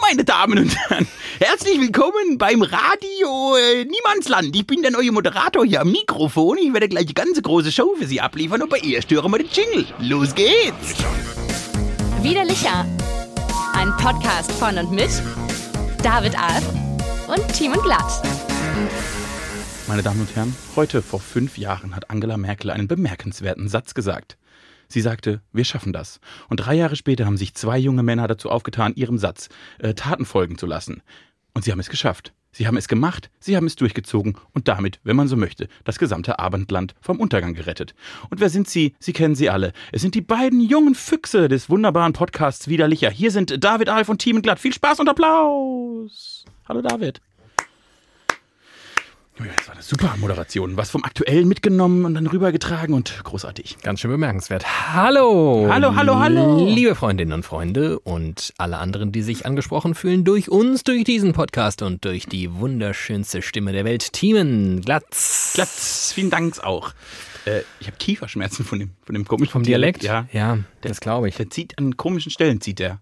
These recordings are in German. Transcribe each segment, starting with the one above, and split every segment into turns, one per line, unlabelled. meine Damen und Herren. Herzlich willkommen beim Radio äh, Niemandsland. Ich bin der neue Moderator hier am Mikrofon. Ich werde gleich die ganze große Show für Sie abliefern, aber eher stören wir den Jingle. Los geht's!
Widerlicher. Ein Podcast von und mit David Alf und Team und Glatt.
Meine Damen und Herren, heute vor fünf Jahren hat Angela Merkel einen bemerkenswerten Satz gesagt. Sie sagte, wir schaffen das. Und drei Jahre später haben sich zwei junge Männer dazu aufgetan, ihrem Satz äh, Taten folgen zu lassen. Und sie haben es geschafft. Sie haben es gemacht, sie haben es durchgezogen und damit, wenn man so möchte, das gesamte Abendland vom Untergang gerettet. Und wer sind sie? Sie kennen sie alle. Es sind die beiden jungen Füchse des wunderbaren Podcasts Widerlicher. Hier sind David Alf und Team Glatt. Viel Spaß und Applaus! Hallo David. Ui, Oh Das war eine super Moderation. Was vom Aktuellen mitgenommen und dann rübergetragen und großartig.
Ganz schön bemerkenswert. Hallo!
Hallo, hallo, hallo.
Liebe Freundinnen und Freunde und alle anderen, die sich angesprochen fühlen durch uns, durch diesen Podcast und durch die wunderschönste Stimme der Welt, Thiemen Glatz.
Platz. Vielen Dank auch. Äh, ich habe Kieferschmerzen von dem, von dem komischen
Vom Dialekt?
Ja.
ja das glaube ich.
Der zieht an komischen Stellen, zieht der.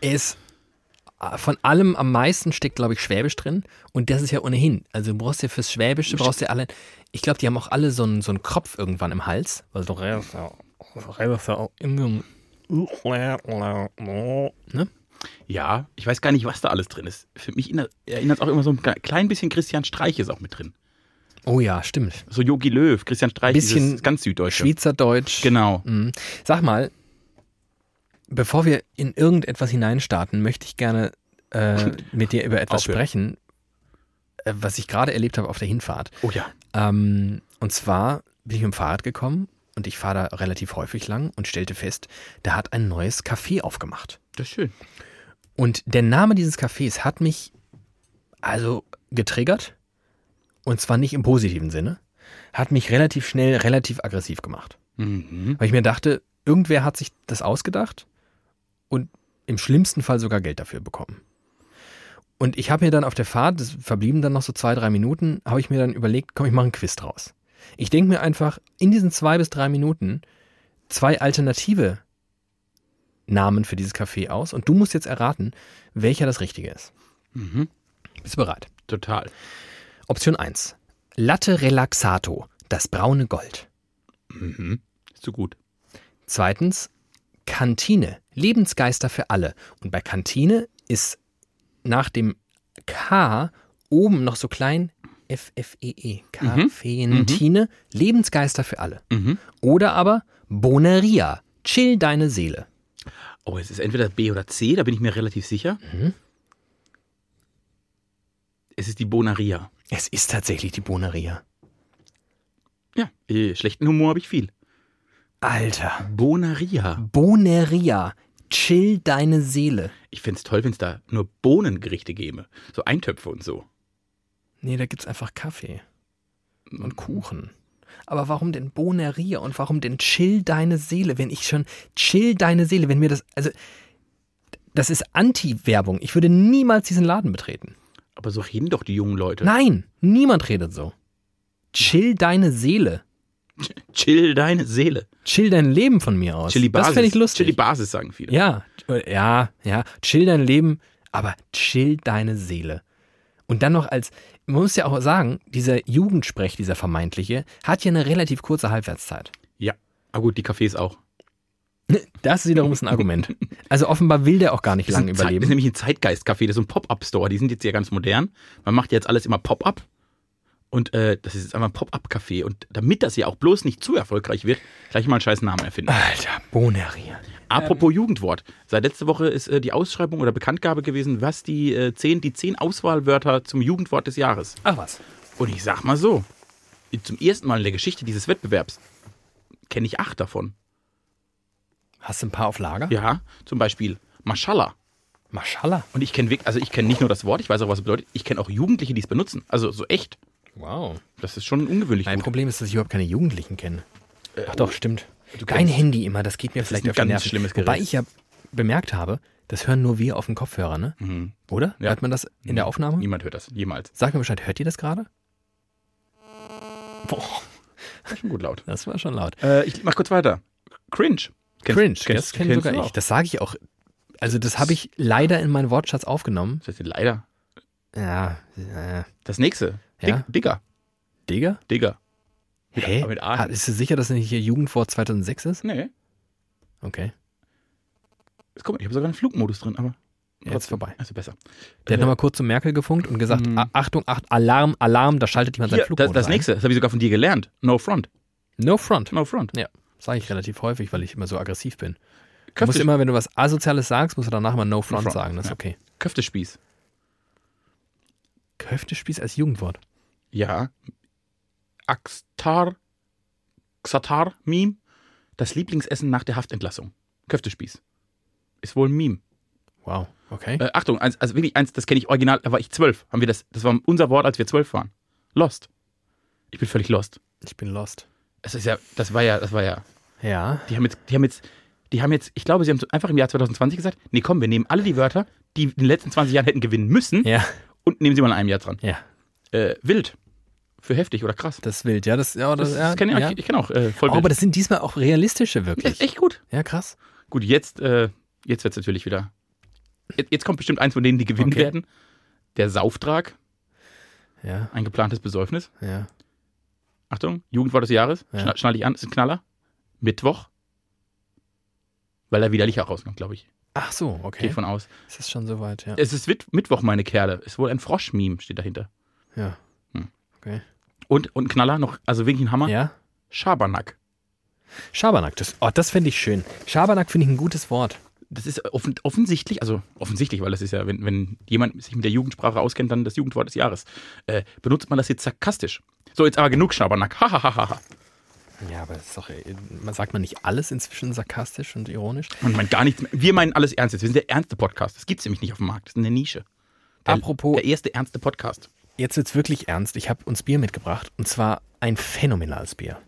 Er ist äh, von allem am meisten steckt, glaube ich, Schwäbisch drin. Und das ist ja ohnehin. Also du brauchst ja fürs Schwäbische, brauchst ja alle. Ich glaube, die haben auch alle so einen, so einen Kropf irgendwann im Hals. Weil du redest ja, du redest ja auch immer. Ne?
Ja, ich weiß gar nicht, was da alles drin ist. Für mich erinnert es auch immer so ein ge- klein bisschen Christian Streich ist auch mit drin.
Oh ja, stimmt.
So Yogi Löw, Christian Streich,
Bisschen
dieses ganz süddeutsche.
Schweizerdeutsch.
Genau.
Mhm. Sag mal, bevor wir in irgendetwas hineinstarten, möchte ich gerne äh, mit dir über etwas
Aufhören.
sprechen, äh, was ich gerade erlebt habe auf der Hinfahrt.
Oh ja.
Ähm, und zwar bin ich mit dem Fahrrad gekommen und ich fahre da relativ häufig lang und stellte fest, da hat ein neues Café aufgemacht.
Das ist schön.
Und der Name dieses Cafés hat mich also getriggert. Und zwar nicht im positiven Sinne. Hat mich relativ schnell relativ aggressiv gemacht.
Mhm.
Weil ich mir dachte, irgendwer hat sich das ausgedacht und im schlimmsten Fall sogar Geld dafür bekommen. Und ich habe mir dann auf der Fahrt, das verblieben dann noch so zwei, drei Minuten, habe ich mir dann überlegt, komm, ich mache einen Quiz draus. Ich denke mir einfach in diesen zwei bis drei Minuten zwei alternative Namen für dieses Café aus und du musst jetzt erraten, welcher das richtige ist.
Mhm.
Bist du bereit?
Total.
Option 1. Latte Relaxato, das braune Gold.
Mhm. Ist so gut.
Zweitens, Kantine, Lebensgeister für alle. Und bei Kantine ist nach dem K oben noch so klein E FFEE, Kantine, Lebensgeister für alle.
Mhm.
Oder aber Boneria, chill deine Seele.
Oh, es ist entweder B oder C, da bin ich mir relativ sicher.
Mhm.
Es ist die Bonaria.
Es ist tatsächlich die Boneria.
Ja, äh, schlechten Humor habe ich viel.
Alter.
Bonaria.
Boneria, chill deine Seele.
Ich fände es toll, wenn es da nur Bohnengerichte gäbe. So Eintöpfe und so.
Nee, da gibt's einfach Kaffee und Kuchen. Aber warum denn Boneria und warum denn Chill deine Seele, wenn ich schon Chill deine Seele, wenn mir das also das ist Anti-Werbung. Ich würde niemals diesen Laden betreten.
Aber so reden doch die jungen Leute.
Nein, niemand redet so. Chill deine Seele.
Chill deine Seele.
Chill dein Leben von mir aus.
Chili Basis.
das fände ich lustig.
Chili Basis sagen viele.
Ja, äh, ja, ja. Chill dein Leben, aber chill deine Seele. Und dann noch als, man muss ja auch sagen, dieser Jugendsprech, dieser vermeintliche, hat ja eine relativ kurze Halbwertszeit.
ja. Aber gut, die Cafés auch.
Das wiederum ist ein Argument. Also offenbar will der auch gar nicht
Das ist
lange
ein Zeit- Das ist
überleben.
nämlich ein Zeitgeist-Café, das ist so ein Pop-Up-Store. Die sind jetzt ja ganz modern. Man macht ja jetzt alles immer Pop-Up. Und äh, das ist jetzt einmal ein Pop-Up-Café. Und damit das ja auch bloß nicht zu erfolgreich wird, gleich mal einen scheiß Namen erfinden.
Alter, Boneria.
Apropos Jugendwort. Seit letzter Woche ist äh, die Ausschreibung oder Bekanntgabe gewesen, was die äh, zehn, die zehn Auswahlwörter zum Jugendwort des Jahres.
Ach was.
Und ich sag mal so, zum ersten Mal in der Geschichte dieses Wettbewerbs kenne ich acht davon.
Hast du ein paar auf Lager?
Ja, zum Beispiel Mashallah.
Maschallah.
Und ich kenne wirklich, also ich kenne nicht nur das Wort, ich weiß auch, was es bedeutet. Ich kenne auch Jugendliche, die es benutzen. Also so echt.
Wow.
Das ist schon ungewöhnlich.
Mein
gut. Äh,
Problem ist, dass ich überhaupt keine Jugendlichen kenne. Ach doch, stimmt.
Oh, du
Dein
kennst-
Handy immer, das geht mir vielleicht
ein
auf die
ganz
Nerven.
schlimmes Gerät.
Wobei ich ja bemerkt habe, das hören nur wir auf dem Kopfhörer, ne? Oder?
Mhm. Ja. Mhm.
Hört man das in der Aufnahme?
Niemand hört das, jemals.
Sag mir Bescheid, hört ihr das gerade? Boah,
Das ist schon gut laut.
das war schon laut.
Äh, ich mach kurz weiter. Cringe. Kennst-
Cringe,
kennst-
das kenne
kennst
sogar
du
ich.
auch?
Das sage ich auch. Also das habe ich leider in meinen Wortschatz aufgenommen.
Das heißt denn leider.
Ja, äh,
Das nächste. Dig,
Ja.
Digger.
Digger?
Digger. Mit-
Hä?
aber mit A.
Ah, Ist du sicher, dass das nicht hier Jugendwort 2006 ist?
Nee.
Okay.
Jetzt guck mal, ich habe sogar einen Flugmodus drin, aber.
Jetzt ist vorbei.
Also besser.
Der hat nochmal kurz zu Merkel gefunkt und gesagt, "Ah, Achtung, acht, Alarm, Alarm, da schaltet jemand
Mhm. Hier,
seinen
das,
Flugmodus
das nächste, das habe ich sogar von dir gelernt. No front.
ein. No front.
No front.
Ja, sage ich relativ häufig, weil ich immer so aggressiv bin. Du musst
Köfte,
immer, wenn du was Asoziales sagst, musst du danach mal No front,
front,
sagen, das ist
ja.
okay.
Köftespieß.
Köftespieß als Jugendwort.
Ja. Axtar. Xatar. Meme. Das Lieblingsessen nach der Haftentlassung. Köftespieß. Ist wohl ein Meme.
Wow, okay.
Äh, Achtung, eins, also wirklich eins, das kenne ich original, da war ich zwölf. Haben wir das, das war unser Wort, als wir zwölf waren. Lost. Ich bin völlig lost.
ich bin lost.
Es ist ja, das war ja, das war ja.
Ja,
Die haben jetzt, die haben jetzt, die haben jetzt, ich glaube, sie haben einfach im Jahr 2020 gesagt, nee, komm, wir nehmen alle die Wörter, die in den letzten 20 Jahren hätten gewinnen müssen,
Hm? ja,
und nehmen sie mal in einem Jahr dran.
ja.
Äh, wild. Für heftig oder krass.
Das ist wild, ja, das, ja, das,
Das, das
ja,
kenn ich,
ja.
ich kenne auch äh, voll
Oh, aber das sind diesmal auch realistische wirklich.
Ist echt gut.
Ja, krass.
Gut, jetzt, äh, jetzt wird es natürlich wieder. Jetzt, jetzt kommt bestimmt eins von denen, die gewinnen
Okay.
werden. Der Sauftrag,
Ja,
ein geplantes Besäufnis.
ja.
Achtung, Jugendwort des Jahres.
Ja.
Schna schnall dich an, ist ein Knaller. Mittwoch. Weil da widerlicher rauskommt, glaube ich.
Ach so,
Gehe
okay.
ich von aus.
Ist das schon soweit, ja.
Es ist Wit Mittwoch, meine Kerle. Ist wohl ein Frosch-Meme, steht dahinter.
Ja.
Hm.
Okay.
Und, und ein Knaller noch, also wirklich ein Hammer.
Ja.
Schabernack.
Schabernack, das, oh, das finde ich schön. Schabernack finde ich ein gutes Wort.
Das ist offen offensichtlich, also offensichtlich, weil das ist ja, wenn, wenn jemand sich mit der Jugendsprache auskennt, dann das Jugendwort des Jahres. Äh, benutzt man das jetzt sarkastisch. So, jetzt aber genug Schabernack. Hahaha.
Ja, aber das ist doch, äh, man sagt man nicht alles inzwischen sarkastisch und ironisch.
Man meint gar nichts mehr. Wir meinen alles ernst jetzt. Wir sind der ernste Podcast. Das gibt es nämlich nicht auf dem Markt. Das ist eine Nische. Der,
Apropos-
Der erste ernste Podcast.
Jetzt wird's wirklich ernst. Ich habe uns Bier mitgebracht und zwar ein phänomenales Bier.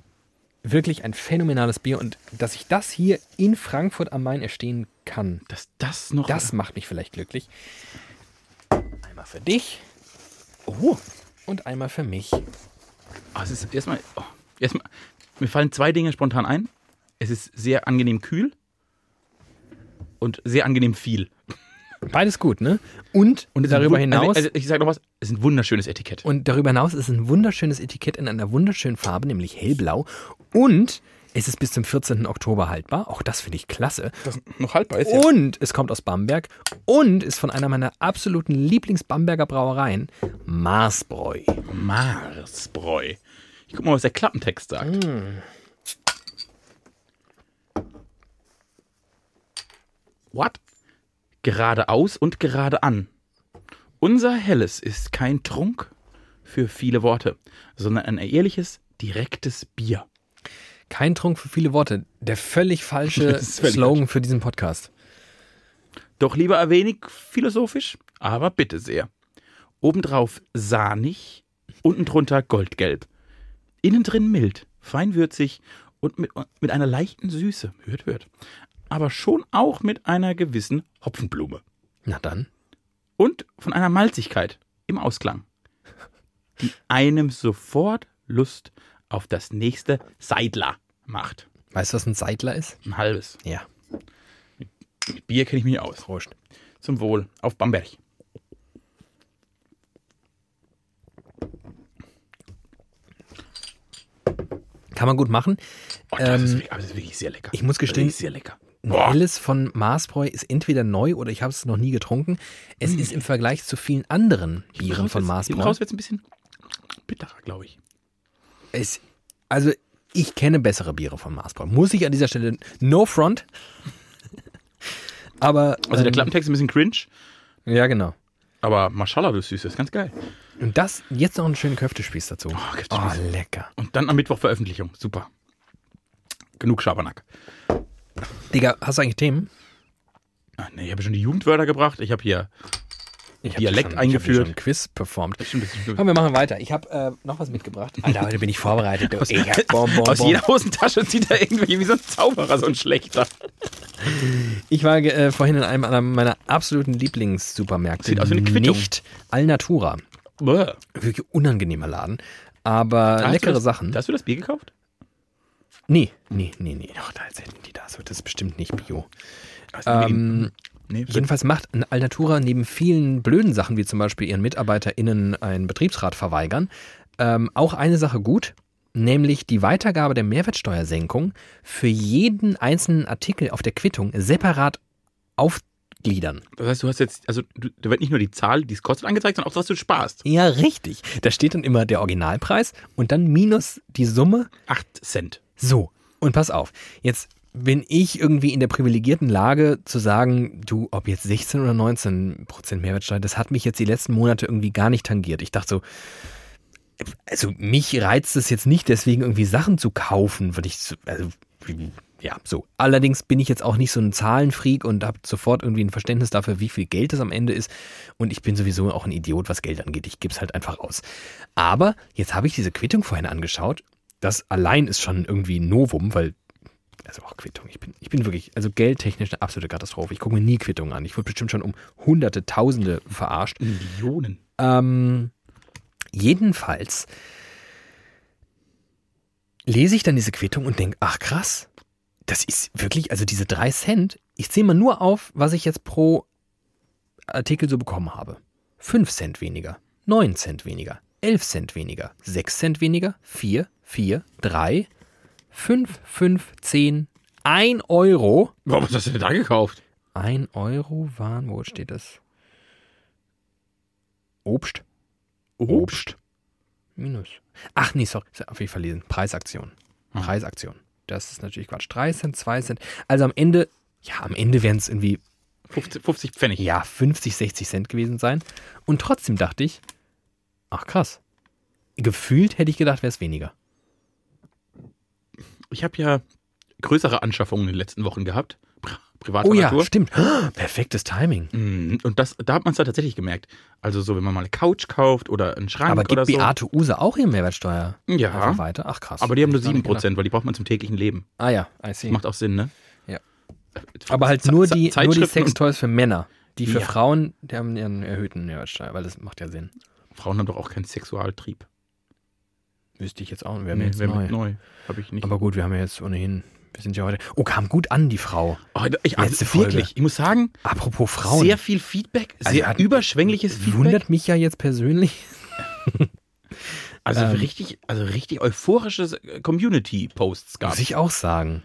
Wirklich ein phänomenales Bier und dass ich das hier in Frankfurt am Main erstehen kann,
Dass das noch.
das macht mich vielleicht glücklich. Einmal für dich. Oh. Und einmal für mich.
Ah, es ist erstmal, oh, erstmal. Mir fallen zwei Dinge spontan ein. Es ist sehr angenehm kühl und sehr angenehm viel.
Beides gut, ne? Und,
Und es ist ein
darüber
wun-
hinaus.
Also, also ich sage noch was. Es ist ein wunderschönes Etikett.
Und darüber hinaus ist ein wunderschönes Etikett in einer wunderschönen Farbe, nämlich hellblau. Und es ist bis zum 14. Oktober haltbar. Auch das finde ich klasse.
das noch haltbar ist.
Und es kommt aus Bamberg und ist von einer meiner absoluten Lieblings-Bamberger Brauereien, Marsbräu.
Marsbräu. Ich guck mal, was der Klappentext sagt. What? Geradeaus und gerade an. Unser Helles ist kein Trunk für viele Worte, sondern ein ehrliches, direktes Bier.
Kein Trunk für viele Worte. Der völlig falsche
Das ist völlig
Slogan für diesen Podcast.
Doch lieber ein wenig philosophisch, aber bitte sehr. Obendrauf sahnig, unten drunter goldgelb. Innen drin mild, feinwürzig und mit, mit einer leichten Süße. Hört, hört. Aber schon auch mit einer gewissen Hopfenblume.
Na dann.
Und von einer Malzigkeit im Ausklang. Die einem sofort Lust auf das nächste Seidler macht.
Weißt du, was ein Seidler ist?
Ein halbes.
Ja.
Mit Bier kenne ich mich aus.
Prost.
Zum Wohl auf Bamberg.
Kann man gut machen.
Oh, das, ist,
Ähm,
wirklich- aber das ist wirklich sehr lecker.
ich muss gestehen-
Das ist sehr lecker.
Ein
Boah.
Helles von Marsbräu ist entweder neu oder ich habe es noch nie getrunken. Es ist im Vergleich zu vielen anderen Bieren von
Hinten
Marsbräu.
Hm. raus wird es ein bisschen bitterer, glaube ich.
Es, also ich kenne bessere Biere von Marsbräu. Muss ich an dieser Stelle no front. Aber
Also der
ähm,
Klappentext ist ein bisschen cringe,
Ja genau.
aber Maschallah, du Süße, ist ganz geil.
Und das jetzt noch einen schönen Köftespieß dazu. Oh,
Köftespieß.
lecker.
Und dann am Mittwoch Veröffentlichung. Super. Genug Schabernack.
Digga, hast du eigentlich Themen?
Ah, nee, ich habe schon die Jugendwörter gebracht. Ich habe hier.
Ich hab
Dialekt
ich hab hier
eingeführt.
Schon ein Quiz performt.
Stimmt, das ist-
Komm, wir machen weiter. Ich habe äh, noch was mitgebracht. Alter, heute bin ich vorbereitet. du. Ich hab Bon, bon,
Aus
bon.
jeder Hosentasche zieht er irgendwie wie so ein Zauberer, so ein schlechter.
Ich war äh, vorhin in einem einer meiner absoluten Lieblingssupermärkte.
Sieht aus wie eine Quittung.
Nicht Alnatura.
Bäh.
Wirklich unangenehmer Laden. Aber
Hast du
Äh, leckere
das,
Sachen.
Hast du das Bier gekauft?
Nee, nee, nee, nee. Ach, da erzählen die das. Das ist bestimmt nicht Bio.
Das ist irgendwie-
Ähm,
Nee, wird-
Jedenfalls macht ein Alnatura neben vielen blöden Sachen, wie zum Beispiel ihren MitarbeiterInnen einen Betriebsrat verweigern, ähm, auch eine Sache gut, nämlich die Weitergabe der Mehrwertsteuersenkung für jeden einzelnen Artikel auf der Quittung separat aufgliedern.
das heißt, du hast jetzt, also du, da wird nicht nur die Zahl, die es kostet, angezeigt, sondern auch, was du sparst.
Ja, richtig. Da steht dann immer der Originalpreis und dann minus die Summe
Acht Cent.
So, und pass auf, jetzt bin ich irgendwie in der privilegierten Lage zu sagen, du, ob jetzt 16 oder 19 Prozent Mehrwertsteuer, das hat mich jetzt die letzten Monate irgendwie gar nicht tangiert. Ich dachte so, also mich reizt es jetzt nicht, deswegen irgendwie Sachen zu kaufen, weil ich, so- also, ja, so. Allerdings bin ich jetzt auch nicht so ein Zahlenfreak und habe sofort irgendwie ein Verständnis dafür, wie viel Geld das am Ende ist. Und ich bin sowieso auch ein Idiot, was Geld angeht. Ich gebe es halt einfach aus. Aber jetzt habe ich diese Quittung vorhin angeschaut. Das allein ist schon irgendwie ein Novum, weil, also auch Quittung, ich bin, ich bin wirklich, also geldtechnisch eine absolute Katastrophe. Ich gucke mir nie Quittungen an. Ich wurde bestimmt schon um hunderte, tausende verarscht.
Millionen.
Ähm, jedenfalls lese ich dann diese Quittung und denke, ach krass, das ist wirklich, also diese drei Cent, ich zähle mal nur auf, was ich jetzt pro Artikel so bekommen habe. Fünf Cent weniger, neun Cent weniger, elf Cent weniger, sechs Cent weniger, vier, vier, drei, fünf, fünf, zehn, ein Euro.
Boah, was hast du denn da gekauft?
Ein Euro waren, wo steht das? Obst. Obst. Minus. Ach nee, sorry, das habe ich verlesen. Preisaktion.
Hm.
Preisaktion. Das ist natürlich Quatsch. 3 Cent, 2 Cent. Also am Ende, ja, am Ende wären es irgendwie,
50, 50 Pfennig.
ja, 50, 60 Cent gewesen sein. Und trotzdem dachte ich, ach krass. Gefühlt hätte ich gedacht, wäre es weniger.
Ich habe ja größere Anschaffungen in den letzten Wochen gehabt. Pri privater
Oh ja,
Natur.
stimmt. Perfektes Timing.
Mm, Und das, da hat man es dann tatsächlich gemerkt. Also so, wenn man mal eine Couch kauft oder einen Schrank
Aber
oder
gibt
so.
Beate Use auch ihre Mehrwertsteuer einfach
ja,
weiter? Ach krass.
aber die haben nur
Hätte ich gar nicht
7%, weil die braucht man zum täglichen Leben.
gedacht. Ah ja, I see.
Macht auch Sinn, ne? Äh,
Ja. Aber halt nur die, nur die Sextoys für Männer. Die für
Ja.
Frauen, die haben ihren erhöhten Mehrwertsteuer, weil das macht ja Sinn.
Frauen haben doch auch keinen Sexualtrieb.
Wüsste ich jetzt auch. Wäre mir jetzt
wär mir
neu.
neu. Habe ich nicht.
Aber gut, wir haben ja jetzt ohnehin, wir sind ja heute. Oh, kam gut an, die Frau.
oh, ich, also
letzte
wirklich,
Folge.
ich muss sagen,
Apropos Frauen.
sehr viel Feedback,
Also
sehr
hat-
überschwängliches Feedback.
Wundert mich ja jetzt persönlich.
Also
ähm,
richtig, also richtig euphorische äh, Community-Posts gab
Muss ich auch sagen.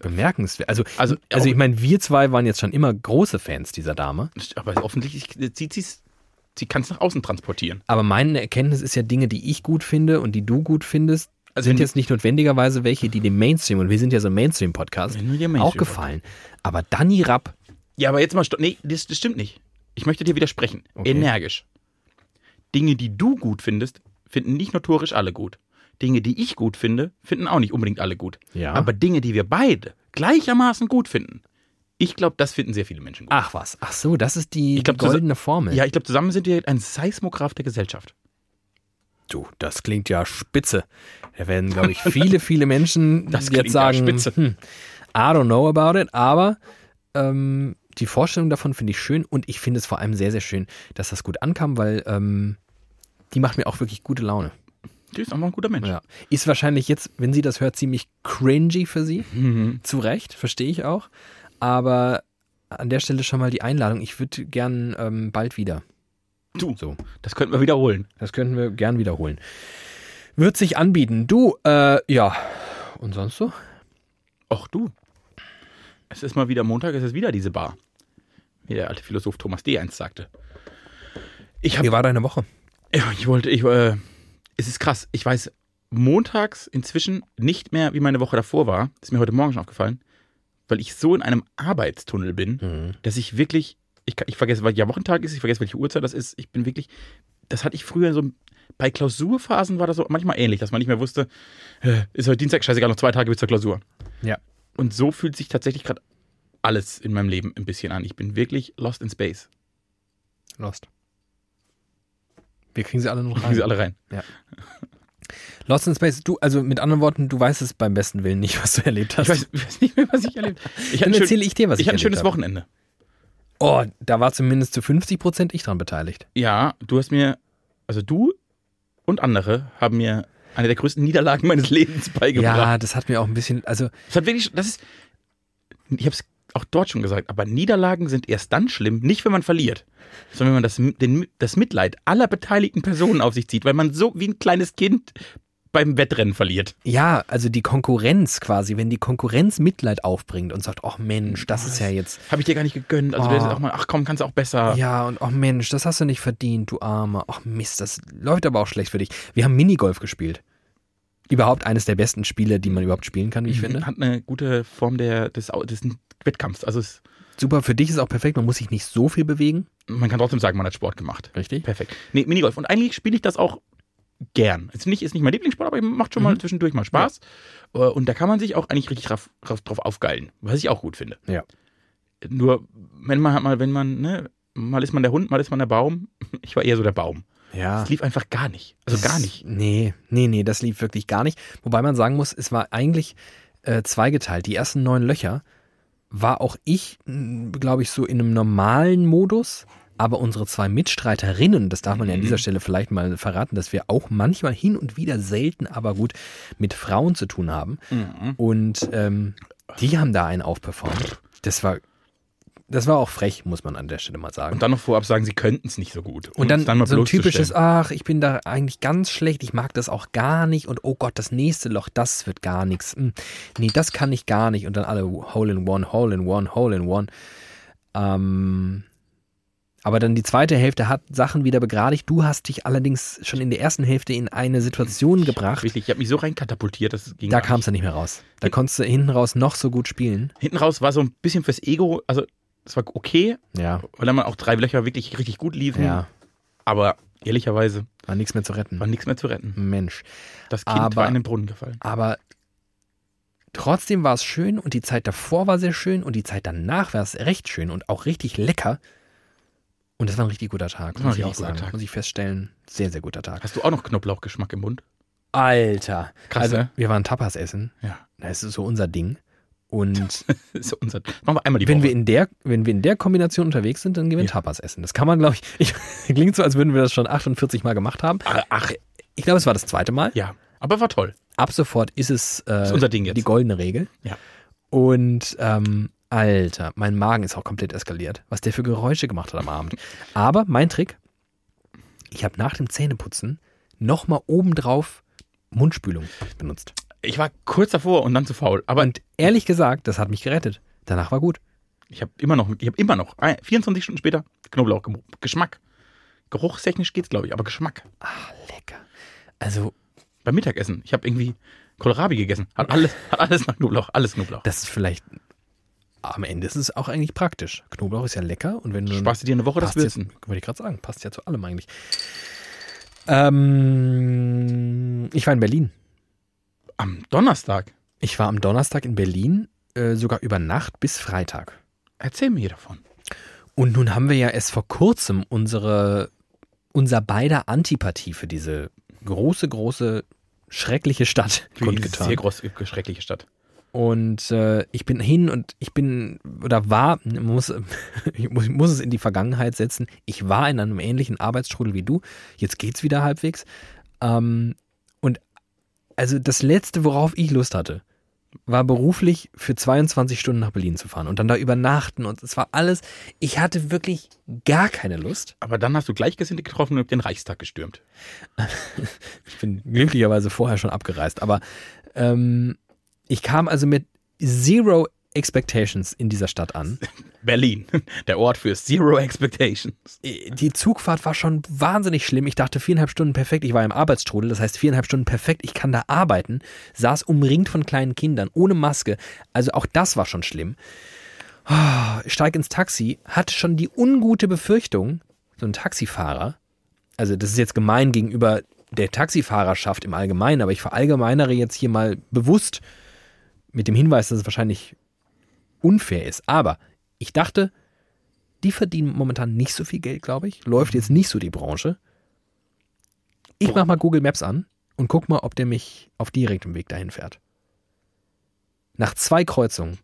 Bemerkenswert. Also,
Also-
also, ich meine, wir zwei waren jetzt schon immer große Fans dieser Dame.
Aber offensichtlich zieht sie's, sie kann es nach außen transportieren.
Aber meine Erkenntnis ist ja, Dinge, die ich gut finde und die du gut findest, sind
wenn-
jetzt nicht notwendigerweise welche, die dem Mainstream, und wir sind ja so ein Mainstream-Podcast,
Wenn nur der Mainstream-
auch gefallen. Aber Danny Rapp,
Ja, aber jetzt mal stopp. Nee, das, das stimmt nicht. Ich möchte dir widersprechen.
Okay.
Energisch. Dinge, die du gut findest, finden nicht notorisch alle gut. Dinge, die ich gut finde, finden auch nicht unbedingt alle gut.
Ja.
Aber Dinge, die wir beide gleichermaßen gut finden, ich glaube, das finden sehr viele Menschen gut.
ach was, ach so, das ist die,
Ich glaub,
die goldene Formel.
Ja, ich glaube, zusammen sind wir ein Seismograph der Gesellschaft.
Du, das klingt ja spitze. Da werden, glaube ich, viele, viele Menschen
Das klingt
jetzt
ja
sagen,
spitze.
Hm, I don't know about it, aber ähm, die Vorstellung davon finde ich schön und ich finde es vor allem sehr, sehr schön, dass das gut ankam, weil ähm, die macht mir auch wirklich gute Laune.
Du bist einfach ein guter Mensch.
Ja. Ist wahrscheinlich jetzt, wenn sie das hört, ziemlich cringy für sie.
Mhm.
Zu Recht, verstehe ich auch. Aber an der Stelle schon mal die Einladung. Ich würde gern ähm, bald wieder.
Du,
So.
das könnten wir wiederholen.
Das könnten wir gern wiederholen. Wird sich anbieten. Du, äh, ja. Und sonst so?
Ach du. Es ist mal wieder Montag, es ist wieder diese Bar. Wie der alte Philosoph Thomas D. einst sagte. Ich habe
Wie war deine Woche?
Ja, ich wollte, ich, äh, es ist krass. Ich weiß montags inzwischen nicht mehr, wie meine Woche davor war. Ist mir heute Morgen schon aufgefallen, weil ich so in einem Arbeitstunnel bin, dass ich wirklich, ich, kann- ich vergesse, weil ja Wochentag ist, ich vergesse, welche Uhrzeit das ist. Ich bin wirklich, das hatte ich früher so, bei Klausurphasen war das so manchmal ähnlich, dass man nicht mehr wusste, äh, ist heute Dienstag, scheißegal, noch zwei Tage bis zur Klausur.
Ja.
Und so fühlt sich tatsächlich gerade alles in meinem Leben ein bisschen an. Ich bin wirklich lost in space.
Lost. Wir kriegen sie alle noch
Ich
rein.
kriege sie alle rein.
Lost in Space. Du, also mit anderen Worten, du weißt es beim besten Willen nicht, was du erlebt
Ich
hast.
weiß, ich weiß nicht mehr, was ich erlebt habe. Ich
Dann
hatte ein schön-
erzähle ich dir, was ich,
ich hatte ein
erlebt
schönes
habe.
Wochenende.
Oh, da war zumindest zu 50 Prozent ich dran beteiligt.
Ja, du hast mir, also du und andere haben mir eine der größten Niederlagen meines Lebens beigebracht.
Ja, das hat mir auch ein bisschen, also
Das hat wirklich, das ist, ich habe es auch dort schon gesagt, aber Niederlagen sind erst dann schlimm, nicht wenn man verliert, sondern wenn man das, den, das Mitleid aller beteiligten Personen auf sich zieht, weil man so wie ein kleines Kind beim Wettrennen verliert.
Ja, also die Konkurrenz quasi, wenn die Konkurrenz Mitleid aufbringt und sagt, ach Mensch, das ist ja Ah. jetzt.
Habe ich dir gar nicht gegönnt. Also
Oh.
du hättest auch mal, ach komm, kannst du auch besser.
Ja, und ach Mensch, das hast du nicht verdient, du Armer. Ach Mist, das läuft aber auch schlecht für dich. Wir haben Minigolf gespielt. Überhaupt eines der besten Spiele, die man überhaupt spielen kann, wie ich finde.
Mhm. Hat eine gute Form der, des, Au- des Wettkampfs. Also es,
Super, für dich ist auch perfekt, man muss sich nicht so viel bewegen.
man kann trotzdem sagen, man hat Sport gemacht.
Richtig.
Perfekt. Nee, Minigolf. Und eigentlich spiele ich das auch gern. Ist nicht, ist nicht mein Lieblingssport, aber macht schon mal
Mhm.
zwischendurch mal Spaß. Äh, Und da kann man sich auch eigentlich richtig drauf, drauf, drauf aufgeilen, was ich auch gut finde.
Ja.
Nur, wenn man halt mal, wenn man, ne, mal ist man der Hund, mal ist man der Baum. Ich war eher so der Baum.
Ja.
Es lief einfach gar nicht. Also gar nicht.
Nee, nee, nee, das lief wirklich gar nicht. Wobei man sagen muss, es war eigentlich äh, zweigeteilt. Die ersten neun Löcher war auch ich, glaube ich, so in einem normalen Modus. Aber unsere zwei Mitstreiterinnen, das darf man ja an
Mhm.
dieser Stelle vielleicht mal verraten, dass wir auch manchmal hin und wieder selten, aber gut, mit Frauen zu tun haben.
Mhm.
Und ähm, die haben da einen aufperformt. Das war, das war auch frech, muss man an der Stelle mal sagen.
Und dann noch vorab sagen, sie könnten es nicht so gut. um
Und dann,
es mal
so ein
bloßzustellen.
typisches, ach, ich bin da eigentlich ganz schlecht, ich mag das auch gar nicht und oh Gott, das nächste Loch, das wird gar nichts. Hm, Nee, das kann ich gar nicht. Und dann alle Hole in One, Hole in One, Hole in One. Ähm, aber dann die zweite Hälfte hat Sachen wieder begradigt. Du hast dich allerdings schon in der ersten Hälfte in eine Situation gebracht.
Wirklich, ich habe mich so reinkatapultiert, dass es ging.
Da
gar
kamst
nicht.
du nicht mehr raus. Da konntest du hinten raus noch so gut spielen.
Hinten raus war so ein bisschen fürs Ego, also es war okay,
Ja,
weil dann mal auch drei Löcher wirklich richtig gut liefen.
ja.
Aber ehrlicherweise
War nichts mehr zu
war
retten.
nichts mehr zu retten.
Mensch.
Das Kind
Mhm. Aber-
war in den Brunnen gefallen.
Aber trotzdem war es schön und die Zeit davor war sehr schön und die Zeit danach war es recht schön und auch richtig lecker. Und das war ein richtig guter Tag,
Das war
muss
ein
ich auch
richtig guter
sagen.
Tag.
Muss ich feststellen, sehr, sehr guter Tag.
Hast du auch noch Knoblauchgeschmack im Mund?
Alter.
Krass,
also,
ne?
wir waren Tapas essen.
Ja.
Das ist so unser Ding. Und
Das ist unser. Machen wir einmal die
wenn
Woche.
wir, in der, wenn wir in der Kombination unterwegs sind, dann gehen wir
Ja.
Tapas essen. Das kann man, glaube ich, ich. Klingt so, als würden wir das schon 48 Mal gemacht haben.
ach, ach,
Ich glaube, es war das zweite Mal.
ja. Aber war toll.
ab sofort ist es äh,
Ist unser Ding jetzt.
die goldene Regel.
Ja.
Und ähm, Alter, mein Magen ist auch komplett eskaliert, was der für Geräusche gemacht hat am Abend. Aber mein Trick, ich habe nach dem Zähneputzen nochmal obendrauf Mundspülung benutzt.
Ich war kurz davor und dann zu faul. Aber
Und ehrlich gesagt, das hat mich gerettet. Danach war gut.
ich habe immer noch, ich habe immer noch, äh, 24 Stunden später, Knoblauchgeschmack. Geruchstechnisch geht's, glaube ich, aber Geschmack.
Ah, lecker. Also,
Beim Mittagessen. Ich habe irgendwie Kohlrabi gegessen. Hat alles, hat alles nach Knoblauch, alles Knoblauch.
das ist vielleicht. Am Ende ist es auch eigentlich praktisch. Knoblauch ist ja lecker und wenn du
Sparst du dir eine Woche das
passt jetzt,
Würzen?
wollte ich gerade sagen, passt ja zu allem eigentlich. Ähm, ich war in Berlin.
Am Donnerstag.
Ich war am Donnerstag in Berlin, äh, sogar über Nacht bis Freitag.
Erzähl mir davon.
Und nun haben wir ja erst vor kurzem unsere, unser beider Antipathie für diese große, große, schreckliche Stadt
Eine Sehr groß, äh, schreckliche Stadt.
Und äh, ich bin hin und ich bin oder war, man muss, ich muss, ich muss es in die Vergangenheit setzen, ich war in einem ähnlichen Arbeitsstrudel wie du. Jetzt geht's wieder halbwegs. Ähm, und also das Letzte, worauf ich Lust hatte, war beruflich für 22 Stunden nach Berlin zu fahren und dann da übernachten und es war alles, ich hatte wirklich gar keine Lust.
Aber dann hast du Gleichgesinnte getroffen und den Reichstag gestürmt.
Ich bin glücklicherweise vorher schon abgereist, aber ähm, ich kam also mit zero expectations in dieser Stadt an.
Berlin, der Ort für Zero Expectations.
äh, die Zugfahrt war schon wahnsinnig schlimm. Ich dachte viereinhalb Stunden perfekt. Ich war im Arbeitsstrudel, das heißt viereinhalb Stunden perfekt. Ich kann da arbeiten, saß umringt von kleinen Kindern, ohne Maske. Also auch das war schon schlimm. Ah, Ich steig ins Taxi, hatte schon die ungute Befürchtung, so ein Taxifahrer, also das ist jetzt gemein gegenüber der Taxifahrerschaft im Allgemeinen, aber ich verallgemeinere jetzt hier mal bewusst mit dem Hinweis, dass es wahrscheinlich unfair ist. Aber ich dachte, die verdienen momentan nicht so viel Geld, glaube ich. Läuft jetzt nicht so die Branche. Ich mach mal Google Maps an und guck mal, ob der mich auf direktem Weg dahin fährt. Nach zwei Kreuzungen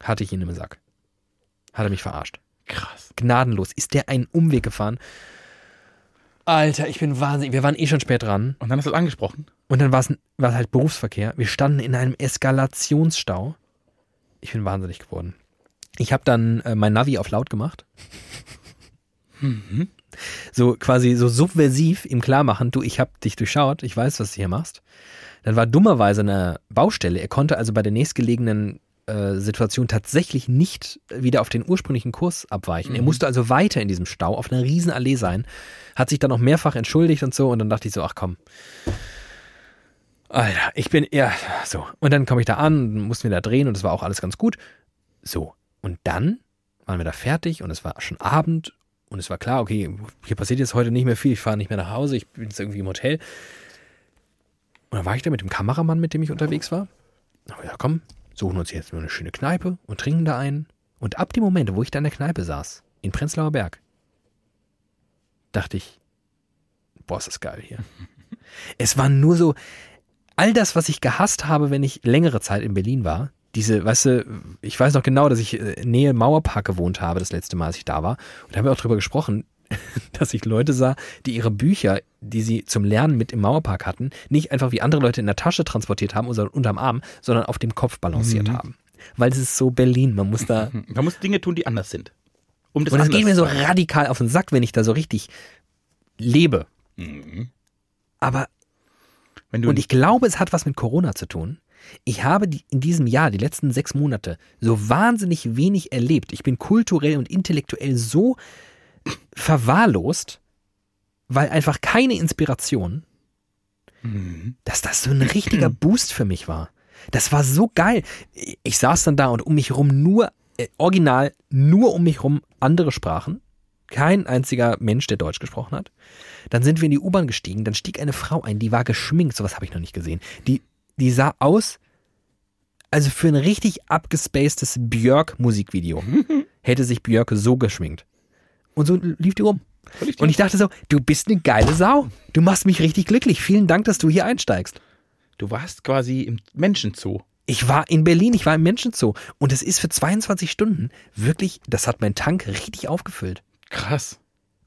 hatte ich ihn im Sack. Hat er mich verarscht.
Krass.
Gnadenlos. Ist der einen Umweg gefahren? Alter, ich bin wahnsinnig. Wir waren eh schon spät dran.
Und dann hast du es angesprochen.
Und dann war es war es halt Berufsverkehr. Wir standen in einem Eskalationsstau. Ich bin wahnsinnig geworden. Ich habe dann äh, mein Navi auf laut gemacht. So quasi so subversiv ihm klar machen, du, ich habe dich durchschaut, ich weiß, was du hier machst. Dann war dummerweise eine Baustelle. Er konnte also bei der nächstgelegenen äh, Situation tatsächlich nicht wieder auf den ursprünglichen Kurs abweichen. Er musste also weiter in diesem Stau auf einer Riesenallee sein, hat sich dann auch mehrfach entschuldigt und so und dann dachte ich so, ach komm. Alter, ich bin ja so. Und dann komme ich da an, mussten wir da drehen und es war auch alles ganz gut. So. Und dann waren wir da fertig und es war schon Abend und es war klar, okay, hier passiert jetzt heute nicht mehr viel, ich fahre nicht mehr nach Hause, ich bin jetzt irgendwie im Hotel. Und dann war ich da mit dem Kameramann, mit dem ich unterwegs war. Aber ja, komm, suchen uns jetzt nur eine schöne Kneipe und trinken da einen. Und ab dem Moment, wo ich da in der Kneipe saß, in Prenzlauer Berg, dachte ich, boah, ist das geil hier. es war nur so, all das, was ich gehasst habe, wenn ich längere Zeit in Berlin war, diese, weißt du, ich weiß noch genau, dass ich äh, Nähe Mauerpark gewohnt habe, das letzte Mal, als ich da war. Und da haben wir auch drüber gesprochen, dass ich Leute sah, die ihre Bücher, die sie zum Lernen mit im Mauerpark hatten, nicht einfach wie andere Leute in der Tasche transportiert haben, oder unterm Arm, sondern auf dem Kopf balanciert haben. Weil es ist so Berlin, man muss da.
Man muss Dinge tun, die anders sind. Um
Und das
anders
geht mir so
zu machen.
radikal auf den Sack, wenn ich da so richtig lebe. Aber
Wenn du
und ich glaube, es hat was mit Corona zu tun. Ich habe die, in diesem Jahr, die letzten sechs Monate, so wahnsinnig wenig erlebt. Ich bin kulturell und intellektuell so verwahrlost, weil einfach keine Inspiration,
Mhm.
dass das so ein richtiger Boost für mich war. Das war so geil. Ich- Ich saß dann da und um mich rum nur, äh, original, nur um mich rum andere Sprachen. Kein einziger Mensch, der Deutsch gesprochen hat. Dann sind wir in die U-Bahn gestiegen, dann stieg eine Frau ein, die war geschminkt, sowas habe ich noch nicht gesehen. Die, die sah aus, also für ein richtig abgespacedes Björk-Musikvideo hätte sich Björk so geschminkt. Und so lief die rum. Und ich dachte so, du bist eine geile Sau. Du machst mich richtig glücklich. Vielen Dank, dass du hier einsteigst.
du warst quasi im Menschenzoo.
Ich war in Berlin, ich war im Menschenzoo. Und es ist für 22 Stunden wirklich, das hat meinen Tank richtig aufgefüllt.
Krass.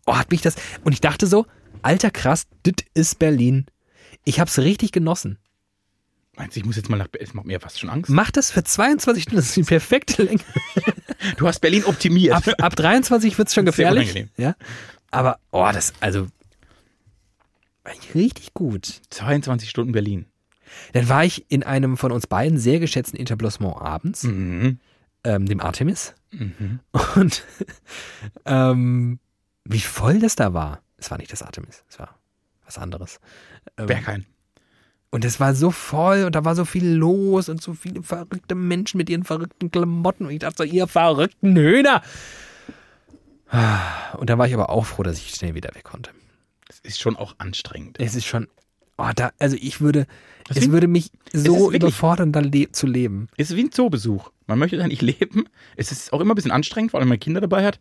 Oh, hat mich das. Und ich dachte so, alter krass, dit ist Berlin. Ich hab's richtig genossen.
Meinst du, ich muss jetzt mal nach Berlin? Es macht mir fast schon Angst.
Mach das für 22 Stunden, das ist die perfekte Länge.
Du hast Berlin optimiert.
Ab, ab 23 wird's schon
Das ist sehr
gefährlich.
unangenehm.
Ja. Aber, oh, das, also, richtig gut.
22 Stunden Berlin.
Dann war ich in einem von uns beiden sehr geschätzten Etablissement abends,
Mhm.
ähm, dem Artemis.
Mhm.
Und ähm, wie voll das da war. Es war nicht das Artemis, es war was anderes. Ähm,
Berghain.
Und es war so voll und da war so viel los und so viele verrückte Menschen mit ihren verrückten Klamotten. Und ich dachte so, ihr verrückten Hühner. Ah, Und da war ich aber auch froh, dass ich schnell wieder weg konnte.
Das ist schon auch anstrengend.
Es ist schon, oh, da, also ich würde, es
Deswegen-
würde mich
ist
so
wirklich-
überfordern, da le zu leben.
Es ist wie ein Zoobesuch. Man möchte da nicht leben. Es ist auch immer ein bisschen anstrengend, vor allem wenn man Kinder dabei hat.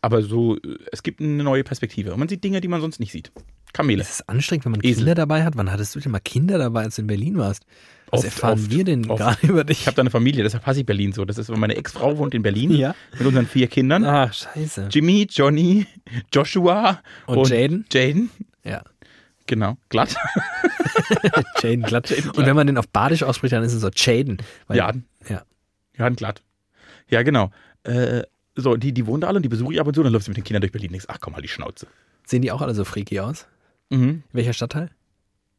Aber so, äh, es gibt eine neue Perspektive. Und man sieht Dinge, die man sonst nicht sieht. Kamele.
Es ist anstrengend, wenn man
Esel.
Kinder dabei hat. Wann hattest du denn mal Kinder dabei, als du in Berlin warst? Was
Oft,
erfahren
oft,
wir denn
oft.
gerade über dich?
Ich habe da eine Familie, deshalb hasse ich Berlin so. Das ist, meine Ex-Frau wohnt in Berlin
Ja.
mit unseren vier Kindern.
ah, scheiße.
Jimmy, Johnny, Joshua
Und Jaden?
Jaden,
Ja.
genau. Glatt.
Jaden Glatt. Und wenn man den auf Badisch ausspricht, dann ist es so Jaden. Weil-
Jaden.
Ja.
Johann Glatt. Ja, genau. Äh, so, die, die wohnen da alle und die besuche ich ab und zu. Dann läufst du mit den Kindern durch Berlin und denkst, ach komm, mal die Schnauze.
Sehen die auch alle so freaky aus?
Mhm.
Welcher Stadtteil?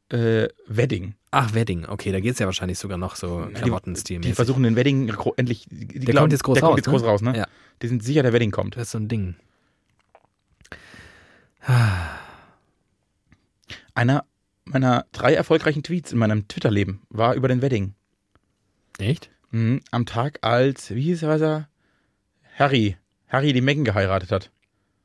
Äh, Wedding.
Ach, Wedding. Okay, da geht es ja wahrscheinlich sogar noch so Klamottenstil.
Die versuchen den Wedding gro- endlich. Die der
kommt jetzt groß
der
raus,
Kommt jetzt
ne?
groß raus, ne?
Ja.
Die sind sicher, der Wedding kommt.
Das ist so ein Ding.
Einer meiner drei erfolgreichen Tweets in meinem Twitter-Leben war über den Wedding.
Echt?
Mhm. Am Tag, als, wie hieß er, weiß er? Harry. Harry die Meghan geheiratet hat.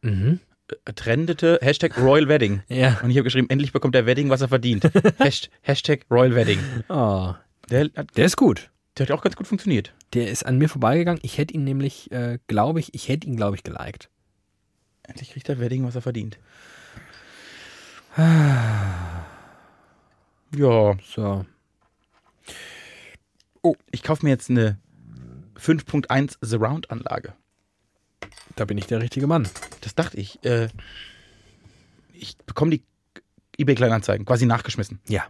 Mhm.
Äh, Trendete Hashtag Royal Wedding.
Ja.
Und ich habe geschrieben, endlich bekommt der Wedding, was er verdient. Hasht- Hashtag Royal Wedding.
Oh.
Der hat,
Der ist gut.
der hat auch ganz gut funktioniert.
Der ist an mir vorbeigegangen. Ich hätte ihn nämlich, äh, glaube ich, ich hätte ihn, glaube ich, geliked.
Endlich kriegt der Wedding, was er verdient. Ja,
So.
Oh, ich kaufe mir jetzt eine 5.1 Surround-Anlage.
Da bin ich der richtige Mann.
Das dachte ich. Äh, ich bekomme die eBay-Kleinanzeigen quasi nachgeschmissen.
Ja.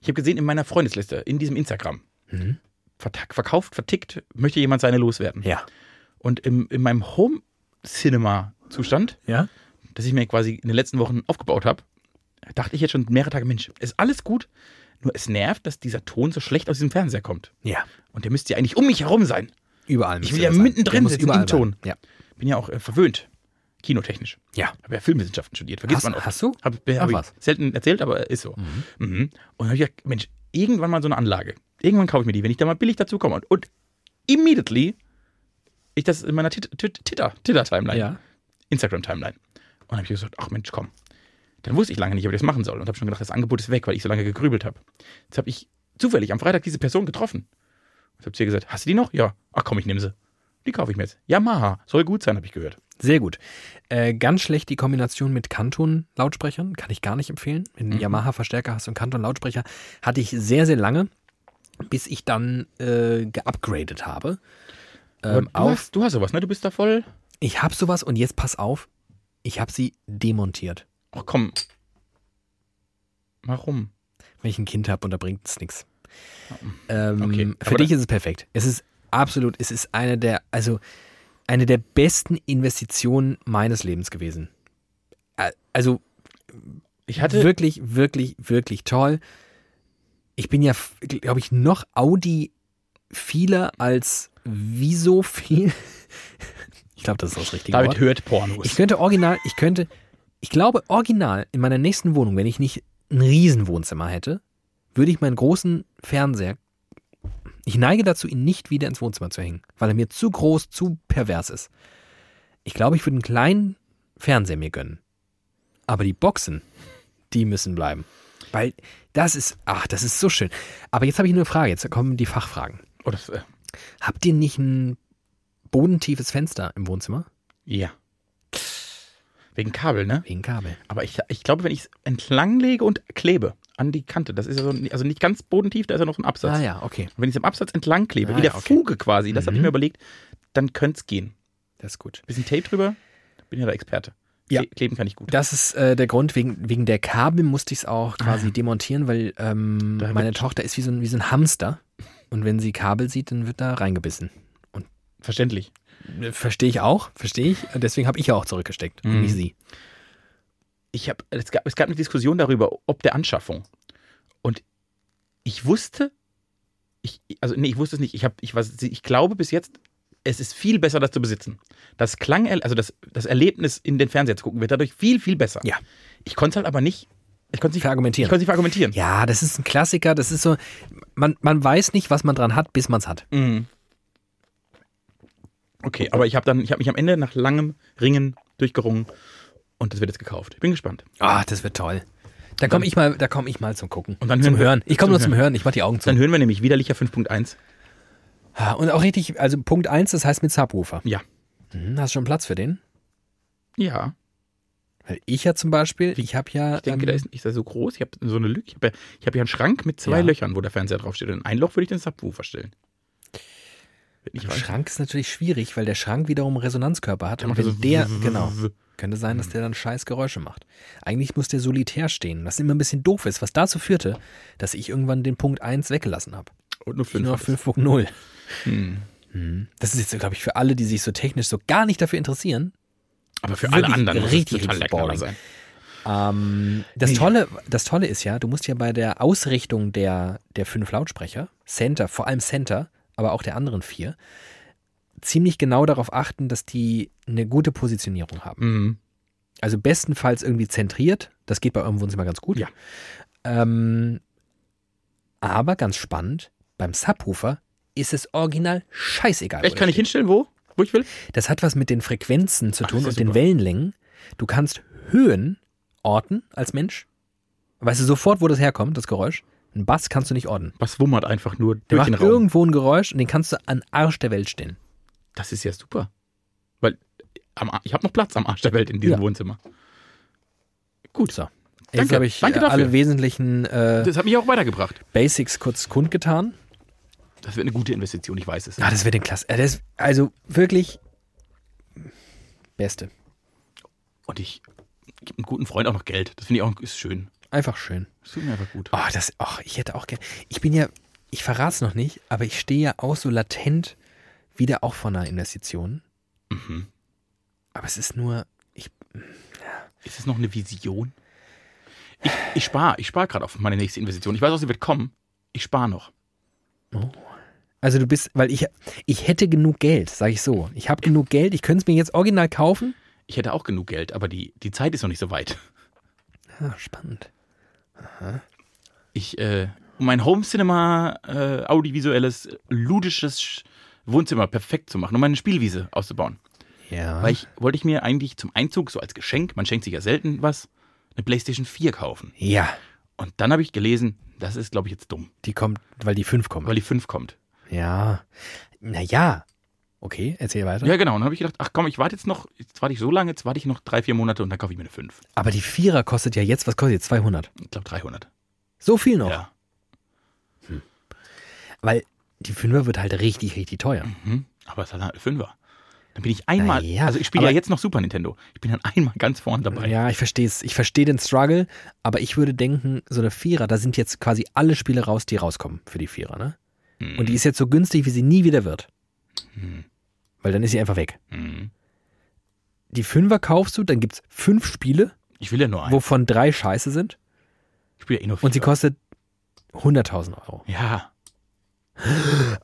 Ich habe gesehen in meiner Freundesliste, in diesem Instagram,
Mhm.
vertack- verkauft, vertickt, möchte jemand seine loswerden.
Ja.
und im, in meinem Home-Cinema-Zustand,
Ja?
das ich mir quasi in den letzten Wochen aufgebaut habe, dachte ich jetzt schon mehrere Tage, Mensch, ist alles gut, nur es nervt, dass dieser Ton so schlecht aus diesem Fernseher kommt.
Ja.
Und der müsste ja eigentlich um mich herum sein.
Überall. müsste
will ja
das sein.
mittendrin
Der muss
sitzen im
überall
Ton.
sein. Ja.
Bin ja auch äh, verwöhnt, kinotechnisch.
Ja.
Habe ja Filmwissenschaften studiert, vergisst
Hast-
man oft.
hast du?
Habe
Ach,
hab
was.
ich selten erzählt, aber ist so. Mhm. Und habe ich gedacht, Mensch, irgendwann mal so eine Anlage. Irgendwann kaufe ich mir die, wenn ich da mal billig dazu komme. Und, und immediately ich das in meiner Tit- Tit- Titter- Titter-Timeline,
Ja.
Instagram-Timeline. Und habe ich gesagt, ach Mensch, komm. Dann wusste ich lange nicht, ob ich das machen soll. Und habe schon gedacht, das Angebot ist weg, weil ich so lange gegrübelt habe. Jetzt habe ich zufällig am Freitag diese Person getroffen. Jetzt habe ich ihr gesagt, hast du die noch? Ja. Ach komm, ich nehme sie. Die kaufe ich mir jetzt. Yamaha. Soll gut sein, habe ich gehört.
Sehr gut. Äh, ganz schlecht die Kombination mit Kanton-Lautsprechern. Kann ich gar nicht empfehlen. Wenn
Mhm.
du einen Yamaha-Verstärker hast und Kanton-Lautsprecher, hatte ich sehr, sehr lange, bis ich dann äh, geupgradet habe.
Aber
Ähm,
du,
auf,
Hast, du hast sowas, ne? Du bist da voll.
ich habe sowas und jetzt pass auf, ich habe sie demontiert.
Ach komm. Warum?
Wenn ich ein Kind habe und da bringt es nichts. Ähm,
Okay,
Für
aber
dich
da-
ist es perfekt. Es ist absolut, es ist eine der, also eine der besten Investitionen meines Lebens gewesen. Ä- Also
Ich hatte.
wirklich, wirklich, wirklich toll. Ich bin ja, glaube ich, noch Audi vieler als wieso viel. Ich glaube, das ist das richtige
David
Wort.
hört Pornos.
Ich könnte original, ich könnte, ich glaube original in meiner nächsten Wohnung, wenn ich nicht ein Riesenwohnzimmer hätte, würde ich meinen großen Fernseher, ich neige dazu, ihn nicht wieder ins Wohnzimmer zu hängen, weil er mir zu groß, zu pervers ist. Ich glaube, ich würde einen kleinen Fernseher mir gönnen. Aber die Boxen, die müssen bleiben. Weil das ist, ach, das ist so schön. Aber jetzt habe ich nur eine Frage, jetzt kommen die Fachfragen.
oh, das, äh,
Habt ihr nicht ein bodentiefes Fenster im Wohnzimmer?
ja. Wegen Kabel, ne?
Wegen Kabel.
Aber ich, ich glaube, wenn ich es entlang lege und klebe an die Kante, das ist ja so, ein- also nicht ganz bodentief, da ist ja noch so ein Absatz.
Ah ja, okay.
Wenn ich es im Absatz entlang klebe,
Ah
wie der
ja, okay. Mhm.
Fuge quasi, das habe ich mir überlegt, dann könnte es gehen.
Das ist gut.
Bisschen Tape drüber, bin ja der Experte.
Ja.
Kle- Kleben kann ich gut.
Das ist äh, der Grund, wegen, wegen der Kabel musste ich es auch quasi demontieren, weil ähm,
Ah. Da wird-
meine Tochter ist wie so, ein, wie so ein Hamster. Und wenn sie Kabel sieht, dann wird da reingebissen. Äh,
Verständlich.
Verstehe ich auch, verstehe ich. Deswegen habe ich ja auch zurückgesteckt, und
Mhm.
nicht sie.
ich habe es gab, es gab eine Diskussion darüber, ob der Anschaffung. Und ich wusste, ich, also nee, ich wusste es nicht. Ich, hab, ich, weiß, ich glaube bis jetzt, es ist viel besser, das zu besitzen. Das Klang, also das, das Erlebnis in den Fernseher zu gucken, wird dadurch viel, viel besser.
Ja.
Ich konnte es halt aber nicht. Ich konnte es nicht Ich
Verargumentieren.
konnte es nicht verargumentieren.
Ja, das ist ein Klassiker. Das ist so, man, man weiß nicht, was man dran hat, bis man es hat.
Mhm. Okay, aber ich habe dann, ich habe mich am Ende nach langem Ringen durchgerungen und das wird jetzt gekauft. Ich bin gespannt.
Ah, das wird toll. Da komme ich, mal- da komm ich mal zum Gucken.
Und dann
zum
hören wir-
Hören. Ich
zum
komme nur zum
Hören.
Hören. Ich mache die Augen zu.
Dann hören wir nämlich widerlicher 5.1.
Ah, Und auch richtig, also Punkt 1, das heißt mit Subwoofer.
Ja.
Mhm, hast du schon Platz für den?
Ja.
Weil ich ja zum Beispiel, ich habe ja.
Ich denke,
ähm,
da ist nicht so groß. Ich habe so eine Lücke. Ich habe ja, ich hab ja einen Schrank mit zwei
Ja.
Löchern, wo der Fernseher draufsteht. Und in ein Loch würde ich den Subwoofer stellen. Wird nicht
Im
reichen.
Schrank ist natürlich schwierig, weil der Schrank wiederum einen Resonanzkörper hat.
Der
Und
macht
wenn
ja so
der,
w- w-
genau,
w- Mhm.
könnte sein, dass der dann scheiß Geräusche macht. Eigentlich muss der solitär stehen, was immer ein bisschen doof ist, was dazu führte, dass ich irgendwann den Punkt 1 weggelassen habe.
Und nur fünf.
Nur
hat
noch
es.
5.0.
Hm.
Mhm. Das ist jetzt, glaube ich, für alle, die sich so technisch so gar nicht dafür interessieren.
Aber für alle
Wirklich
anderen muss es
richtig
total der Knaller
boring.
sein.
Ähm, das,
Nee.
Tolle, das Tolle ist ja, du musst ja bei der Ausrichtung der, der fünf Lautsprecher, Center, vor allem Center, aber auch der anderen vier, ziemlich genau darauf achten, dass die eine gute Positionierung haben.
Mhm.
Also bestenfalls irgendwie zentriert. Das geht bei eurem Wohnzimmer ganz gut.
Ja.
Ähm, aber ganz spannend, beim Subwoofer ist es original scheißegal. wo
Echt,
der
kann ich
steht.
hinstellen, wo? Wo ich will?
Das hat was mit den Frequenzen zu
Ach,
tun
das
und
ist
den
super.
Wellenlängen. Du kannst Höhen orten als Mensch. Weißt du sofort, wo das herkommt, das Geräusch? Ein Bass kannst du nicht orten.
Was wummert einfach nur
Der
durch den
macht
Raum.
irgendwo ein Geräusch und den kannst du an Arsch der Welt stellen.
Das ist ja super. Weil am, Ar- ich habe noch Platz am Arsch der Welt in diesem
Ja.
Wohnzimmer. Gut.
So. Jetzt
Danke.
habe ich
Danke
äh,
dafür.
alle wesentlichen äh,
Das hat mich auch weitergebracht.
Basics kurz kundgetan.
Das wird eine gute Investition, ich weiß es.
Ah, das wird den Klasse. äh, das- Also wirklich Beste.
Und ich gebe einem guten Freund auch noch Geld. Das finde ich auch ist schön.
Einfach schön.
Das tut mir einfach gut.
Oh, das, oh, ich hätte auch gerne. Ich bin ja, ich verrate es noch nicht, aber ich stehe ja auch so latent wieder auch vor einer Investition. Aber es ist nur, ich,
Ist es noch eine Vision? Ich, ich spare, ich spare gerade auf meine nächste Investition. Ich weiß auch, sie wird kommen. Ich spare noch.
also du bist, weil ich, ich hätte genug Geld, sage ich so. Ich habe genug Geld, ich könnte es mir jetzt original kaufen.
Ich hätte auch genug Geld, aber die, die Zeit ist noch nicht so weit.
Ah, spannend.
Ich, äh, um mein Home Cinema äh, audiovisuelles, ludisches Sch- Wohnzimmer perfekt zu machen, um meine Spielwiese auszubauen.
Ja.
Weil ich wollte ich mir eigentlich zum Einzug, so als Geschenk, man schenkt sich ja selten was, eine PlayStation 4 kaufen.
ja,
Und dann habe ich gelesen, das ist, glaube ich, jetzt dumm,
die kommt, weil die fünf kommen.
weil die 5 kommt.
Ja. Naja. Okay, erzähl weiter.
Ja, genau. Und dann habe ich gedacht, ach komm, ich warte jetzt noch, jetzt warte ich so lange, jetzt warte ich noch drei, vier Monate und dann kaufe ich mir eine 5.
Aber die Vierer kostet ja jetzt, was kostet jetzt? 200.
Ich glaube 300.
So viel noch.
Ja.
Weil die Fünfer wird halt richtig, richtig teuer.
Mhm. Aber es hat halt 5er. Dann bin ich einmal,
Na ja,
also ich spiele ja
aber-
jetzt noch Super Nintendo. Ich bin dann einmal ganz vorne dabei.
Ja, ich verstehe es. Ich verstehe den Struggle, aber ich würde denken, so eine Vierer, da sind jetzt quasi alle Spiele raus, die rauskommen für die Vierer, ne?
Mhm.
Und die ist jetzt so günstig, wie sie nie wieder wird. Weil dann ist sie einfach weg.
Mhm.
Die Fünfer kaufst du, dann gibt's fünf Spiele,
Ich will ja nur einen.
wovon drei scheiße sind.
Ich spiele ja eh nur
Und sie
Vierer.
kostet 100.000 Euro.
Ja.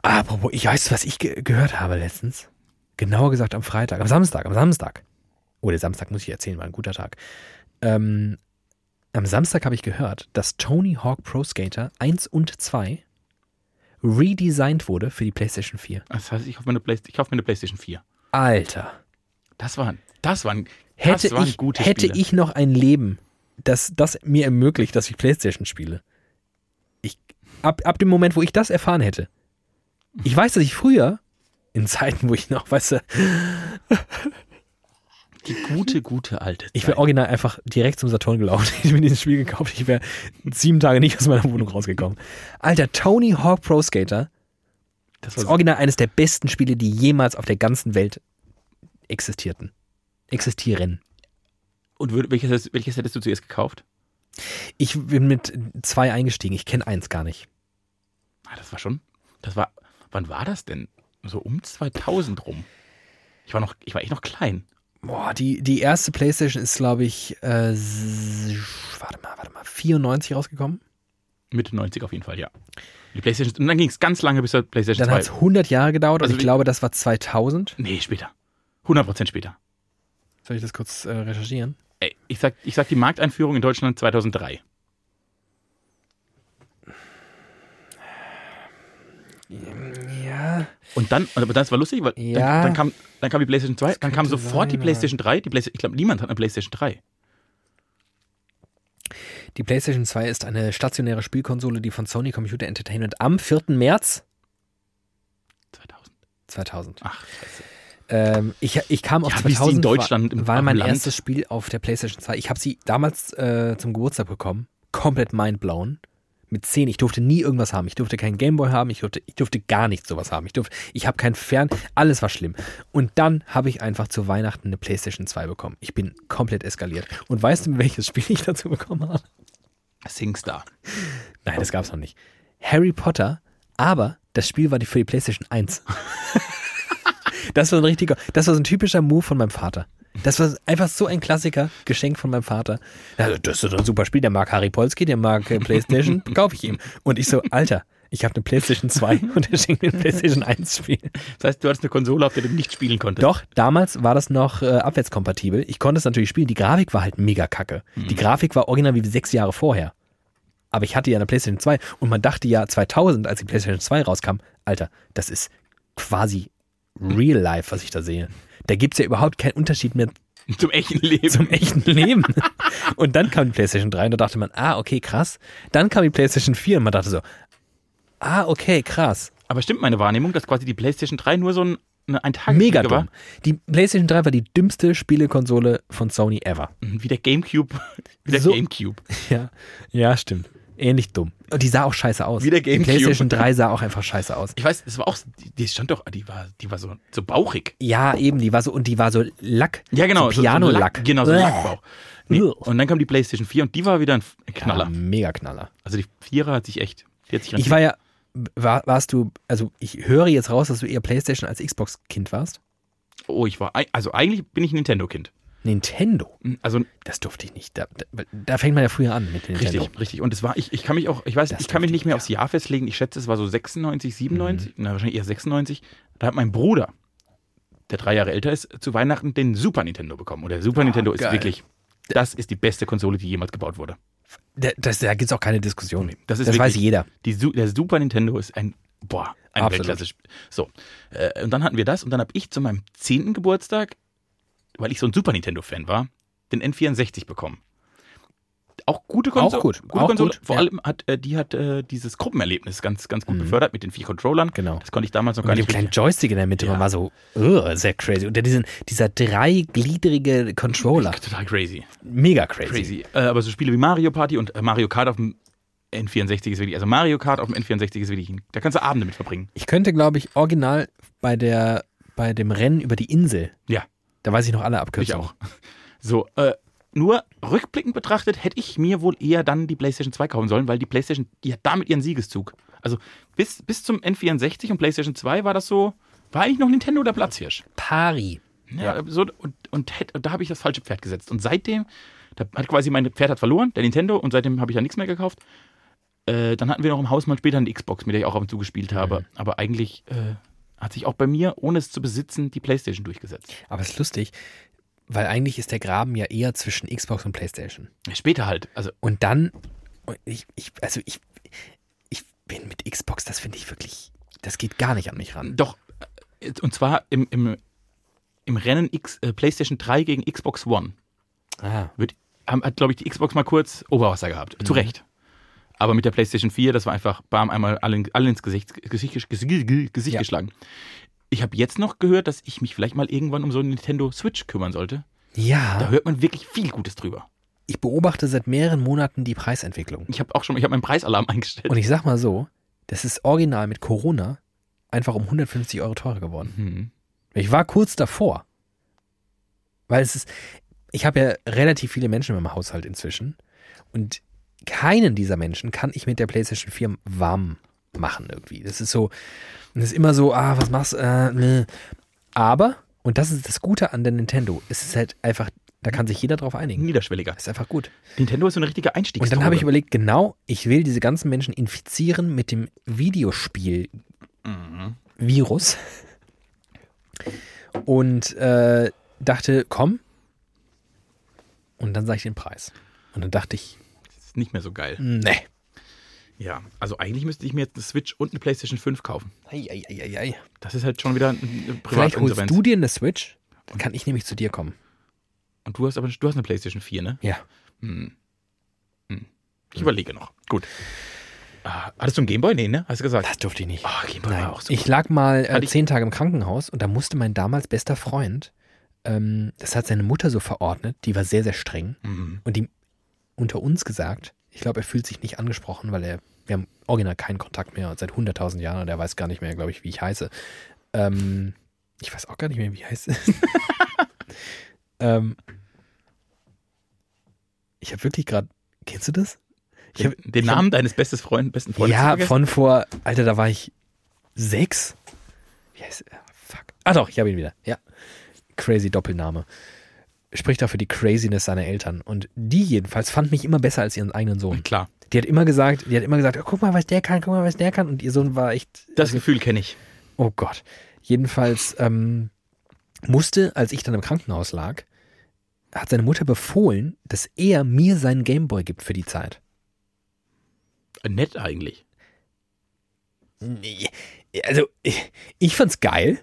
Apropos, ich weiß, was ich ge gehört habe letztens. Genauer gesagt am Freitag, am Samstag, am Samstag. Oh, der Samstag muss ich erzählen, war ein guter Tag. Ähm, am Samstag habe ich gehört, dass Tony Hawk Pro Skater 1 und 2 redesigned wurde für die PlayStation 4.
Das heißt, ich kaufe mir eine, Playst- ich kaufe mir eine PlayStation 4.
Alter.
Das waren, das waren, das
Hätte,
waren
ich,
gute
hätte
Spiele.
ich noch ein Leben, das, das mir ermöglicht, dass ich Playstation spiele. Ich, ab, ab dem Moment, wo ich das erfahren hätte. Ich weiß, dass ich früher, in Zeiten, wo ich noch, weißt du,
Die gute, gute alte Zeit.
Ich wäre original einfach direkt zum Saturn gelaufen. Ich hätte mir dieses Spiel gekauft. Ich wäre sieben Tage nicht aus meiner Wohnung rausgekommen. Alter, Tony Hawk Pro Skater
das
ist
war,
original eines der besten Spiele, die jemals auf der ganzen Welt existierten. Existieren.
und wür- welches, welches hättest du zuerst gekauft?
Ich bin mit zwei eingestiegen. Ich kenne eins gar nicht.
Ah, das war schon, das war, wann war das denn? So um 2000 rum. Ich war noch, ich war echt noch klein.
Boah, die, die erste Playstation ist, glaube ich, äh, s- warte mal, warte mal, 94 rausgekommen.
Mitte 90 auf jeden Fall, ja. Die Playstation, und dann ging es ganz lange bis zur Playstation
Dann hat es
2.
100 Jahre gedauert
Also
und
wie-
ich glaube, das war 2000.
Nee, später. 100% später.
Soll ich das kurz äh, recherchieren?
Ey, ich sag, ich sag die Markteinführung in Deutschland 2003.
Ja.
Und dann, aber das war lustig, weil
Ja.
dann, dann, kam, dann kam die PlayStation 2, dann kam
könnte
sofort die
sein,
PlayStation 3. Die PlayStation, ich glaube, niemand hat eine PlayStation 3.
Die PlayStation 2 ist eine stationäre Spielkonsole, die von Sony Computer Entertainment am 4. März
2000.
2000.
Ach, scheiße.
Ähm, ich, ich kam auf
Ja, wie sie in
2000,
Deutschland
war,
im-
war
am
mein
Land-
erstes Spiel auf der PlayStation 2. Ich habe sie damals äh, zum Geburtstag bekommen, komplett mindblown. Mit 10, ich durfte nie irgendwas haben. Ich durfte keinen Gameboy haben, ich durfte, ich durfte gar nichts sowas haben. Ich durfte, ich habe kein Fern, alles war schlimm. Und dann habe ich einfach zu Weihnachten eine PlayStation 2 bekommen. Ich bin komplett eskaliert. Und weißt du, welches Spiel ich dazu bekommen habe?
SingStar.
Nein, das gab's noch nicht. Harry Potter, aber das Spiel war die für die PlayStation 1. das war ein richtiger, das war so ein typischer Move von meinem Vater. Das war einfach so ein Klassiker, Geschenk von meinem Vater. Also, das ist doch ein super Spiel, der mag Harry Polski, der mag äh, PlayStation, kaufe ich ihm. Und ich so, Alter, ich habe eine PlayStation 2 und er schenkt mir ein PlayStation 1 Spiel.
Das heißt, du hattest eine Konsole, auf der du nicht spielen konntest.
Doch, damals war das noch äh, abwärtskompatibel. Ich konnte es natürlich spielen. Die Grafik war halt mega kacke. Die Grafik war original wie sechs Jahre vorher. Aber ich hatte ja eine PlayStation 2 und man dachte ja 2000, als die PlayStation 2 rauskam, Alter, das ist quasi real life, was ich da sehe. Da gibt es ja überhaupt keinen Unterschied mehr
Zum echten Leben.
zum echten Leben. Und dann kam die PlayStation 3 und da dachte man, ah, okay, krass. Dann kam die PlayStation 4 und man dachte so, ah, okay, krass.
Aber stimmt meine Wahrnehmung, dass quasi die PlayStation 3 nur so ein, eine, ein Tag
Mega dumm. Die PlayStation 3 war die dümmste Spielekonsole von Sony ever.
Mhm, Wie der Gamecube. Wie der
So.
Gamecube.
Ja, ja, stimmt. Ähnlich dumm. Und die sah auch scheiße aus.
Wie der
Die
Gamecube.
PlayStation 3 sah auch einfach scheiße aus.
Ich weiß, das war auch, die, die stand doch, die war, die war so, so bauchig.
Ja, eben, die war so, und die war so Lack.
Ja, genau. so-
So
so ein
Pianolack.
Genau, so ein
Bäh.
Lackbauch. Nee,
Ugh.
und dann kam die PlayStation 4 und die war wieder ein F- Knaller.
Ja, mega Knaller.
Also die Vierer hat sich echt, die hat sich
Ich war ja, war, warst du, also ich höre jetzt raus, dass du eher Playstation als Xbox-Kind warst.
Oh, ich war. ei- Also eigentlich bin ich ein Nintendo-Kind.
Nintendo?
Also
Das durfte ich nicht. Da, da, da fängt man ja früher an mit Nintendo.
richtig, richtig. Und es war, ich, ich kann mich auch, ich weiß,
Das
ich kann mich nicht
durfte
mehr
ich,
aufs Jahr festlegen. Ich schätze, es war so 96,
Mhm.
97, na wahrscheinlich eher 96. Da hat mein Bruder, der drei Jahre älter ist, zu Weihnachten den Super Nintendo bekommen. Und der Super Nintendo ist
Ah, geil.
wirklich. Das ist die beste Konsole, die jemals gebaut wurde.
Da, das, da gibt es auch keine Diskussion.
Das ist
das weiß
wirklich-
jeder.
Die, Su- der Super Nintendo ist ein, boah, ein
Absolut.
Weltklasse-Spiel. So, äh, und dann hatten wir das und dann habe ich zu meinem 10. Geburtstag, weil ich so ein Super Nintendo-Fan war, den N64 bekommen. Auch gute Konsole.
Auch gut,
Gute
auch
Konsole.
gut,
Vor
ja. Mhm.
allem hat äh, die hat äh, dieses Gruppenerlebnis ganz, ganz gut gefördert mit den vier Controllern.
Genau.
Das konnte ich damals noch
Mit
gar
dem
nicht.
kleinen
richtig-
Joystick in der Mitte.
Ja.
Man war so, "Ugh, sehr crazy. Und dann diesen, dieser dreigliedrige Controller.
Total crazy.
Mega crazy.
Crazy. Äh, aber so Spiele wie Mario Party und äh, Mario Kart auf dem N64 ist wirklich, also Mario Kart auf dem N64 ist wirklich, ein- da kannst du Abende mit verbringen.
Ich könnte, glaube ich, original bei, der, bei dem Rennen über die Insel.
Ja.
Da weiß ich noch alle
Ich
Abkürzungen.
auch. So, äh, nur rückblickend betrachtet hätte ich mir wohl eher dann die PlayStation 2 kaufen sollen, weil die PlayStation, die hat damit ihren Siegeszug. Also bis, bis zum N64 und PlayStation 2 war das so, war eigentlich noch Nintendo der Platzhirsch.
Pari.
Ja, So, und, und, hätt- und da habe ich das falsche Pferd gesetzt. Und seitdem, da hat quasi mein Pferd hat verloren, der Nintendo, und seitdem habe ich ja nichts mehr gekauft. Äh, dann hatten wir noch im Haus mal später eine Xbox, mit der ich auch ab und zu gespielt habe. Aber eigentlich äh, hat sich auch bei mir, ohne es zu besitzen, die PlayStation durchgesetzt.
Aber es ist lustig, weil eigentlich ist der Graben ja eher zwischen Xbox und Playstation.
Später halt. Also
Und dann, und ich, ich, also ich, ich bin mit Xbox, das finde ich wirklich, das geht gar nicht an mich ran.
Doch, äh, und zwar im, im, im Rennen X, äh, PlayStation 3 gegen Xbox One.
Ah.
Wird, haben, hat, glaube ich, die Xbox mal kurz Oberwasser gehabt.
Mhm.
Zu Recht. Aber mit der PlayStation 4, das war einfach, bam, einmal alle, alle ins Gesicht, Gesicht, Gesicht, Gesicht
Ja.
geschlagen. Ich habe jetzt noch gehört, dass ich mich vielleicht mal irgendwann um so einen Nintendo Switch kümmern sollte. Da
Ja,
hört man wirklich viel Gutes drüber.
ich beobachte seit mehreren Monaten die Preisentwicklung.
Ich habe auch schon, ich habe meinen Preisalarm eingestellt.
Und ich sag mal so, das ist original mit Corona einfach um 150 Euro teurer geworden.
hm.
Ich war kurz davor. Weil es ist, ich habe ja relativ viele Menschen in meinem Haushalt inzwischen. Und keinen dieser Menschen kann ich mit der PlayStation 4 warm machen irgendwie. Das ist so, das ist immer so, ah, was machst du? Äh, ne. Aber, und das ist das Gute an der Nintendo, es ist halt einfach, da kann sich jeder drauf einigen.
Niederschwelliger.
Das ist einfach gut.
Nintendo ist so eine richtige Einstiegsdroge.
Und dann habe ich überlegt, genau, ich will diese ganzen Menschen infizieren mit dem Videospiel
Mhm.
Virus und äh, dachte, komm. Und dann sah ich den Preis. Und dann dachte ich,
Das ist nicht mehr so geil.
nee.
Ja, also eigentlich müsste ich mir jetzt eine Switch und eine PlayStation 5 kaufen.
Ei, ei, ei, ei, ei.
Das ist halt schon wieder ein
Vielleicht holst
Privatinsolvenz.
du dir eine Switch, dann kann ich nämlich zu dir kommen.
Und du hast aber du hast eine PlayStation 4, ne?
Ja.
Hm. Hm. Ich überlege noch. Gut. Ah, hattest du einen Gameboy? Nee, ne? Hast du gesagt?
Das durfte ich nicht.
Ah, Gameboy
Nein.
war auch so.
Ich lag mal äh,
Hatte ich-
zehn Tage im Krankenhaus und da musste mein damals bester Freund, ähm, das hat seine Mutter so verordnet, die war sehr, sehr streng.
Mhm.
und ihm unter uns gesagt, ich glaube, er fühlt sich nicht angesprochen, weil er, wir haben original keinen Kontakt mehr seit 100.000 Jahren und er weiß gar nicht mehr, glaube ich, wie ich heiße. Ähm, ich weiß auch gar nicht mehr, wie ich heiße. ähm, ich habe wirklich gerade, kennst du das? Ich
Den,
hab-
den
ich hab-
Namen deines besten Freund, besten Freundes
ja,
vergessen?
von vor, Alter, da war ich sechs. Wie heißt er? Fuck. Ah doch, ich habe ihn wieder. Ja. Crazy Doppelname. Spricht auch für die Craziness seiner Eltern. Und die jedenfalls fand mich immer besser als ihren eigenen Sohn.
Klar,
Die hat immer gesagt, die hat immer gesagt, "Oh, guck mal, was der kann, guck mal, was der kann. Und ihr Sohn war echt, also,
das Gefühl kenne ich.
oh Gott. Jedenfalls ähm, musste, als ich dann im Krankenhaus lag, hat seine Mutter befohlen, dass er mir seinen Gameboy gibt für die Zeit.
Nett eigentlich.
Nee, also ich, ich fand's geil,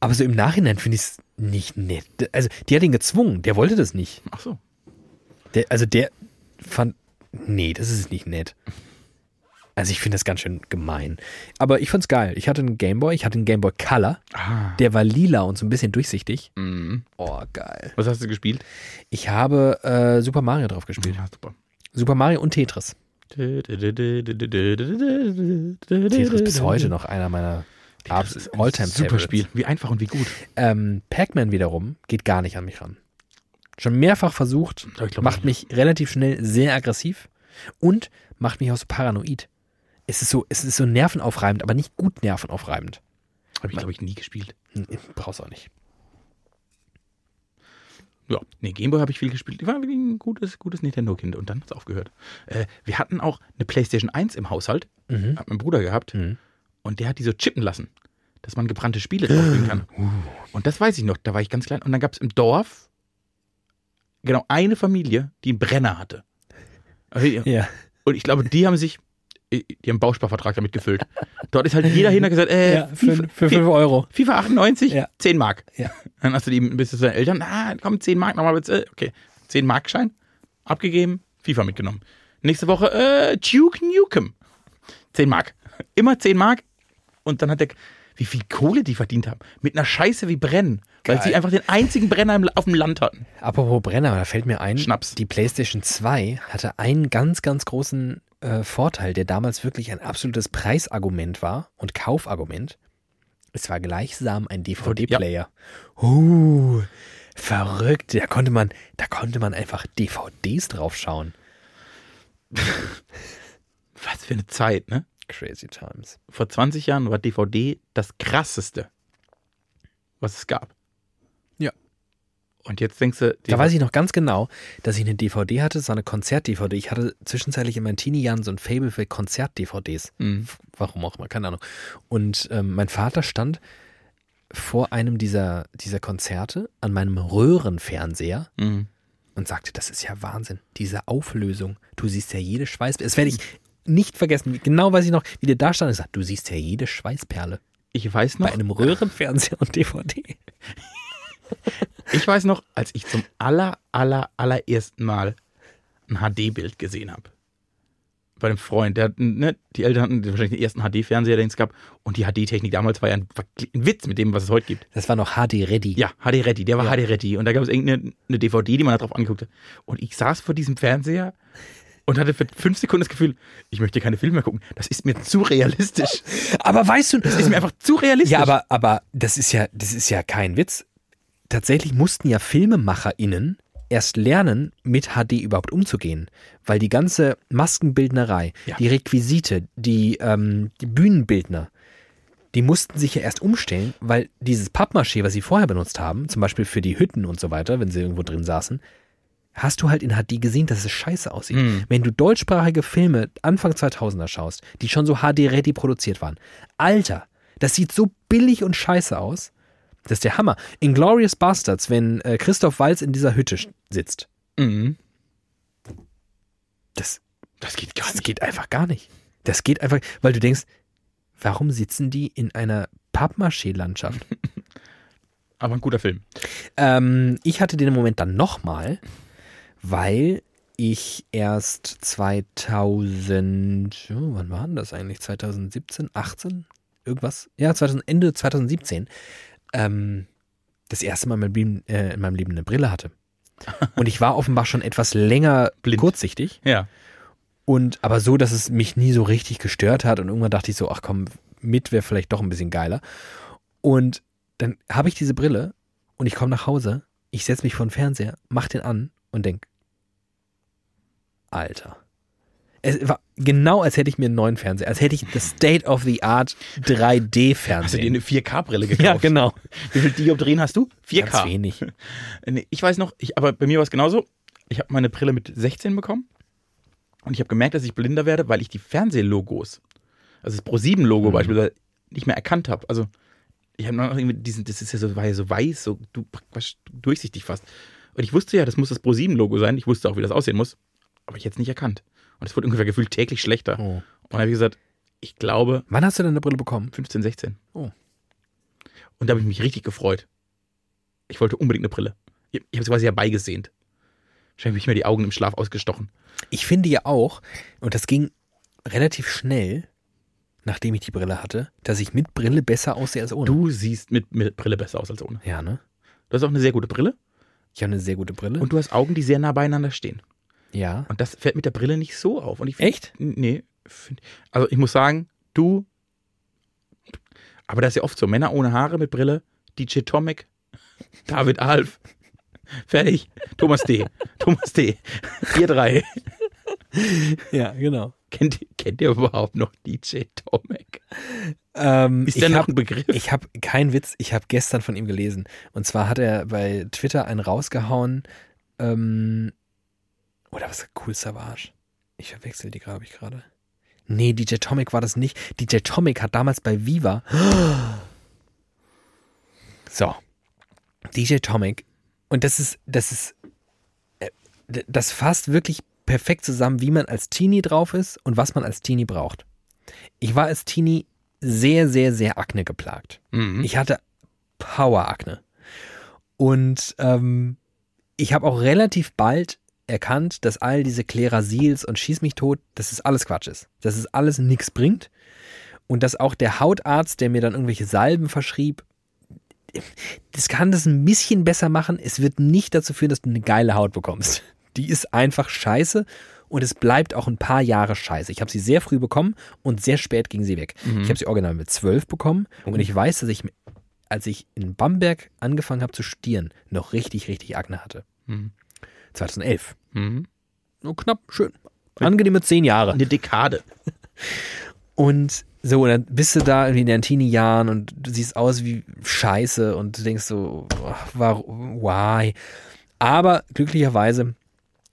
aber so im Nachhinein finde ich's nicht nett. Also die hat ihn gezwungen, der wollte das nicht.
Ach so.
Der, also der fand, nee, das ist nicht nett. Also ich finde das ganz schön gemein. Aber ich fand's geil. Ich hatte einen Gameboy, ich hatte einen Gameboy Color,
Ah.
der war lila und so ein bisschen durchsichtig.
Mhm.
Oh, geil.
Was hast du gespielt?
Ich habe äh, Super Mario drauf gespielt.
Ja, super.
Super Mario und Tetris. Tetris
Tetris
bis heute noch einer meiner Abs- Alltime
Super
Favorites.
Spiel. Wie einfach und wie gut.
Ähm, Pac-Man wiederum geht gar nicht an mich ran. Schon mehrfach versucht,
Aber ich glaub
macht mich relativ schnell sehr aggressiv und macht mich auch so paranoid. Es ist so, es ist so nervenaufreibend, aber nicht gut nervenaufreibend.
Habe ich, glaube ich, nie gespielt.
Hm, Brauchst auch nicht.
Ja, nee, Gameboy habe ich viel gespielt. Ich war wirklich ein gutes, gutes Nintendo-Kind und dann hat es aufgehört. Äh, wir hatten auch eine PlayStation 1 im Haushalt,
Mhm.
hat mein Bruder gehabt,
Mhm.
und der hat die so chippen lassen, dass man gebrannte Spiele draufspielen kann. Und das weiß ich noch, da war ich ganz klein. Und dann gab es im Dorf genau eine Familie, die einen Brenner hatte. Also,
Ja.
Und ich glaube, die haben sich, die haben einen Bausparvertrag damit gefüllt. Dort ist halt jeder hin und hat gesagt, äh, FIFA, FIFA,
Euro.
98,
Ja.
10 Mark.
Ja.
Dann hast du die, bist du zu deinen Eltern, ah, komm, 10 Mark nochmal bitte. Äh, Okay, 10 Mark Schein, abgegeben, FIFA mitgenommen. Nächste Woche, äh, Duke Nukem. 10 Mark. Immer 10 Mark. Und dann hat der, wie viel Kohle die verdient haben. Mit einer Scheiße wie Brennen. Weil
Geil.
sie einfach den einzigen Brenner im, auf dem Land hatten.
Apropos Brenner, da fällt mir ein,
Schnaps.
die PlayStation 2 hatte einen ganz, ganz großen äh, Vorteil, der damals wirklich ein absolutes Preisargument war und Kaufargument. Es war gleichsam ein DVD-Player. Uh, verrückt. Da konnte man, da konnte man einfach DVDs draufschauen.
Was für eine Zeit, ne?
Crazy Times.
vor 20 Jahren war DVD das krasseste, was es gab.
Ja.
Und jetzt denkst du,
Da weiß ich noch ganz genau, dass ich eine DVD hatte, so eine Konzert-DVD. Ich hatte zwischenzeitlich in meinen Teenie-Jahren so ein Fable für Konzert-DVDs.
Mhm.
Warum auch immer, keine Ahnung. Und ähm, mein Vater stand vor einem dieser, dieser Konzerte an meinem Röhrenfernseher
Mhm.
und sagte, das ist ja Wahnsinn, diese Auflösung. Du siehst ja jede Schweißperle. Das werde ich nicht vergessen. Wie- Genau weiß ich noch, wie der da stand und sagt, du siehst ja jede Schweißperle
ich weiß
bei
noch,
einem Röhrenfernseher und DVD.
ich weiß noch, als ich zum aller, aller, allerersten Mal ein HD-Bild gesehen habe. Bei einem Freund, der hat, ne, die Eltern hatten wahrscheinlich den ersten HD-Fernseher, den es gab. Und die HD-Technik damals war ja ein, ein Witz mit dem, was es heute gibt.
Das war noch HD-Ready.
Ja, HD Ready, der war
Ja.
HD Ready. Und da gab es irgendeine eine DVD, die man da drauf angeguckt hat. Und ich saß vor diesem Fernseher und hatte für fünf Sekunden das Gefühl, ich möchte keine Filme mehr gucken. Das ist mir zu realistisch.
Aber weißt du,
Das ist mir einfach zu realistisch.
Ja, aber, aber das ist ja, das ist ja kein Witz. Tatsächlich mussten ja FilmemacherInnen erst lernen, mit HD überhaupt umzugehen. Weil die ganze Maskenbildnerei,
Ja.
die Requisite, die, ähm, die Bühnenbildner, die mussten sich ja erst umstellen, weil dieses Pappmaché, was sie vorher benutzt haben, zum Beispiel für die Hütten und so weiter, wenn sie irgendwo drin saßen, hast du halt in HD gesehen, dass es scheiße aussieht.
Hm.
Wenn du deutschsprachige Filme Anfang 2000er schaust, die schon so HD-ready produziert waren, Alter, das sieht so billig und scheiße aus. Das ist der Hammer. In Glorious Bastards, wenn äh, Christoph Walz in dieser Hütte sch- sitzt,
Mhm.
das,
Das geht gar
das
nicht.
geht einfach gar nicht. Das geht einfach, weil du denkst, warum sitzen die in einer Pappmaché-Landschaft?
Aber ein guter Film.
Ähm, ich hatte den Moment dann nochmal, weil ich erst 2000, ja, wann war denn das eigentlich? 2017, 18? Irgendwas? Ja, 2000, Ende 2017. Ähm, das erste Mal in meinem, Leben, äh, in meinem Leben eine Brille hatte. Und ich war offenbar schon etwas länger
Blind.
kurzsichtig.
Ja.
Und aber so, dass es mich nie so richtig gestört hat. Und irgendwann dachte ich so, ach komm, mit wäre vielleicht doch ein bisschen geiler. Und dann habe ich diese Brille und ich komme nach Hause, ich setze mich vor den Fernseher, mach den an und denk, Alter. Es war genau, als hätte ich mir einen neuen Fernseher, als hätte ich das State of the Art 3D-Fernseher.
Hast du dir eine 4K-Brille gekauft?
ja, genau.
Wie viel Dioptrien hast du? 4K.
Ganz wenig.
Nee, Ich weiß noch, ich, aber bei mir war es genauso. Ich habe meine Brille mit 16 bekommen und ich habe gemerkt, dass ich blinder werde, weil ich die Fernsehlogos, also das Pro7-Logo beispielsweise, nicht mehr erkannt habe. Also ich habe noch irgendwie diesen, das ist ja so, war ja so weiß, so du, praktisch durchsichtig fast. Und ich wusste ja, das muss das Pro7-Logo sein. Ich wusste auch, wie das aussehen muss, aber ich hätte es nicht erkannt. Und es wurde ungefähr gefühlt täglich schlechter. Und
Oh.
dann habe ich gesagt, ich glaube
Wann hast du denn eine Brille bekommen?
15, 16.
Oh.
Und da habe ich mich richtig gefreut. Ich wollte unbedingt eine Brille. Ich, ich habe sie quasi herbeigesehnt. Wahrscheinlich habe ich mir die Augen im Schlaf ausgestochen.
Ich finde ja auch, und das ging relativ schnell, nachdem ich die Brille hatte, dass ich mit Brille besser aussehe als ohne.
Du siehst mit, mit Brille besser aus als ohne.
Ja, ne?
Du hast auch eine sehr gute Brille
Ich habe eine sehr gute Brille.
und du hast Augen, die sehr nah beieinander stehen.
ja.
Und das fällt mit der Brille nicht so auf. Und ich find-
Echt?
Nee. Find, also ich muss sagen, du. Aber das ist ja oft so. Männer ohne Haare mit Brille, DJ Tomek, David Alf. Fertig. Thomas D. Thomas D. Ihr drei.
Ja, genau.
Kennt, kennt ihr überhaupt noch DJ Tomek?
Ähm,
Ist
ich
der noch
hab-
ein Begriff?
Ich habe keinen Witz, ich habe gestern von ihm gelesen. Und zwar hat er bei Twitter einen rausgehauen. Ähm, oder was? Cool Savage. Ich verwechsel die, glaube ich, gerade. Nee, DJ Tomic war das nicht. DJ Tomic hat damals bei Viva. So. DJ Tomic. Und das ist, das ist, äh, d- das fasst wirklich perfekt zusammen, wie man als Teenie drauf ist und was man als Teenie braucht. Ich war als Teenie sehr, sehr, sehr Akne geplagt.
Mhm.
Ich hatte Power-Akne. Und ähm, ich habe auch relativ bald erkannt, dass all diese Klerasils und Schieß mich tot, dass es alles Quatsch ist. Dass es alles nichts bringt. Und dass auch der Hautarzt, der mir dann irgendwelche Salben verschrieb, das kann das ein bisschen besser machen. Es wird nicht dazu führen, dass du eine geile Haut bekommst. Die ist einfach scheiße und es bleibt auch ein paar Jahre scheiße. Ich habe sie sehr früh bekommen und sehr spät ging sie weg. Ich habe sie original mit zwölf bekommen und ich weiß, dass ich, als ich in Bamberg angefangen habe zu stieren, noch richtig, richtig Akne hatte.
Mhm.
2011.
Mhm.
So Oh, knapp, schön. Angenehme zehn Jahre.
Eine Dekade.
Und so, und dann bist du da irgendwie in deinen Teenie-Jahren und du siehst aus wie Scheiße und du denkst so, ach, warum, why? Aber glücklicherweise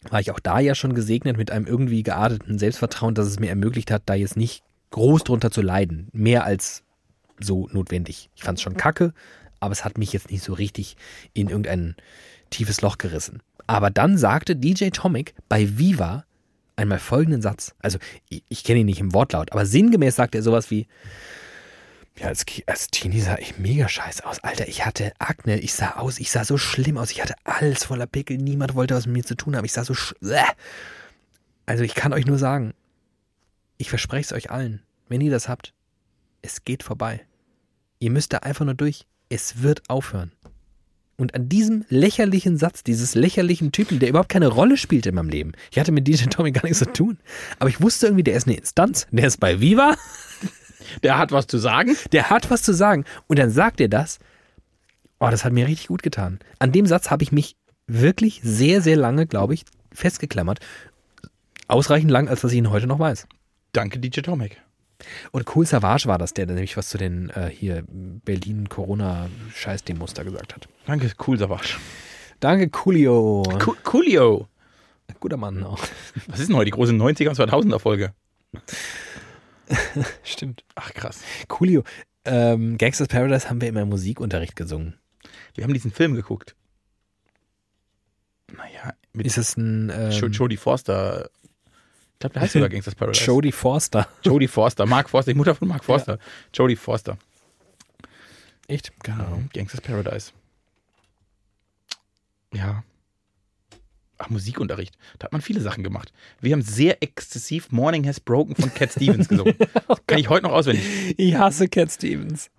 war ich auch da ja schon gesegnet mit einem irgendwie gearteten Selbstvertrauen, dass es mir ermöglicht hat, da jetzt nicht groß drunter zu leiden. Mehr als so notwendig. Ich fand es schon kacke, aber es hat mich jetzt nicht so richtig in irgendein tiefes Loch gerissen. Aber dann sagte DJ Tomic bei Viva einmal folgenden Satz. Also, ich, ich kenne ihn nicht im Wortlaut, aber sinngemäß sagte er sowas wie: Ja, als, Ki- als Teenie sah ich mega scheiße aus. Alter, ich hatte Akne, ich sah aus, ich sah so schlimm aus, ich hatte alles voller Pickel, niemand wollte was mit mir zu tun haben, ich sah so. Sch Bäh. also, ich kann euch nur sagen, ich verspreche es euch allen, wenn ihr das habt, es geht vorbei. Ihr müsst da einfach nur durch. Es wird aufhören. Und an diesem lächerlichen Satz, dieses lächerlichen Typen, der überhaupt keine Rolle spielt in meinem Leben. Ich hatte mit DJ Tommy gar nichts zu tun. Aber ich wusste irgendwie, der ist eine Instanz. Der ist bei Viva.
Der hat was zu sagen.
Der hat was zu sagen. Und dann sagt er das. Oh, das hat mir richtig gut getan. An dem Satz habe ich mich wirklich sehr, sehr lange, glaube ich, festgeklammert. Ausreichend lang, als dass ich ihn heute noch weiß.
Danke, DJ Tomek.
Und Cool Savage war das, der nämlich was zu den äh, hier Berlin-Corona-Scheiß-Demos da gesagt hat.
Danke, cool, Savage.
Danke, Coolio.
Cool, coolio.
Guter Mann auch.
Was ist denn heute die große 90er- und 2000er-Folge?
Stimmt.
Ach, krass.
Coolio. Ähm, Gangsters Paradise haben wir immer im Musikunterricht gesungen.
Wir haben diesen Film geguckt. Naja, mit
Ist es ein ähm,
Jo- Jodie Forster. Ich glaube, der heißt sogar Gangsters Paradise.
Jodie Forster?
Jodie Forster, Mark Forster, die Mutter von Mark Forster. Jodie Forster.
Echt?
Genau. Gangsters Paradise. Ja. Ach, Musikunterricht. Da hat man viele Sachen gemacht. Wir haben sehr exzessiv Morning Has Broken von Cat Stevens gesungen. Kann ich heute noch auswendig.
Ich hasse Cat Stevens.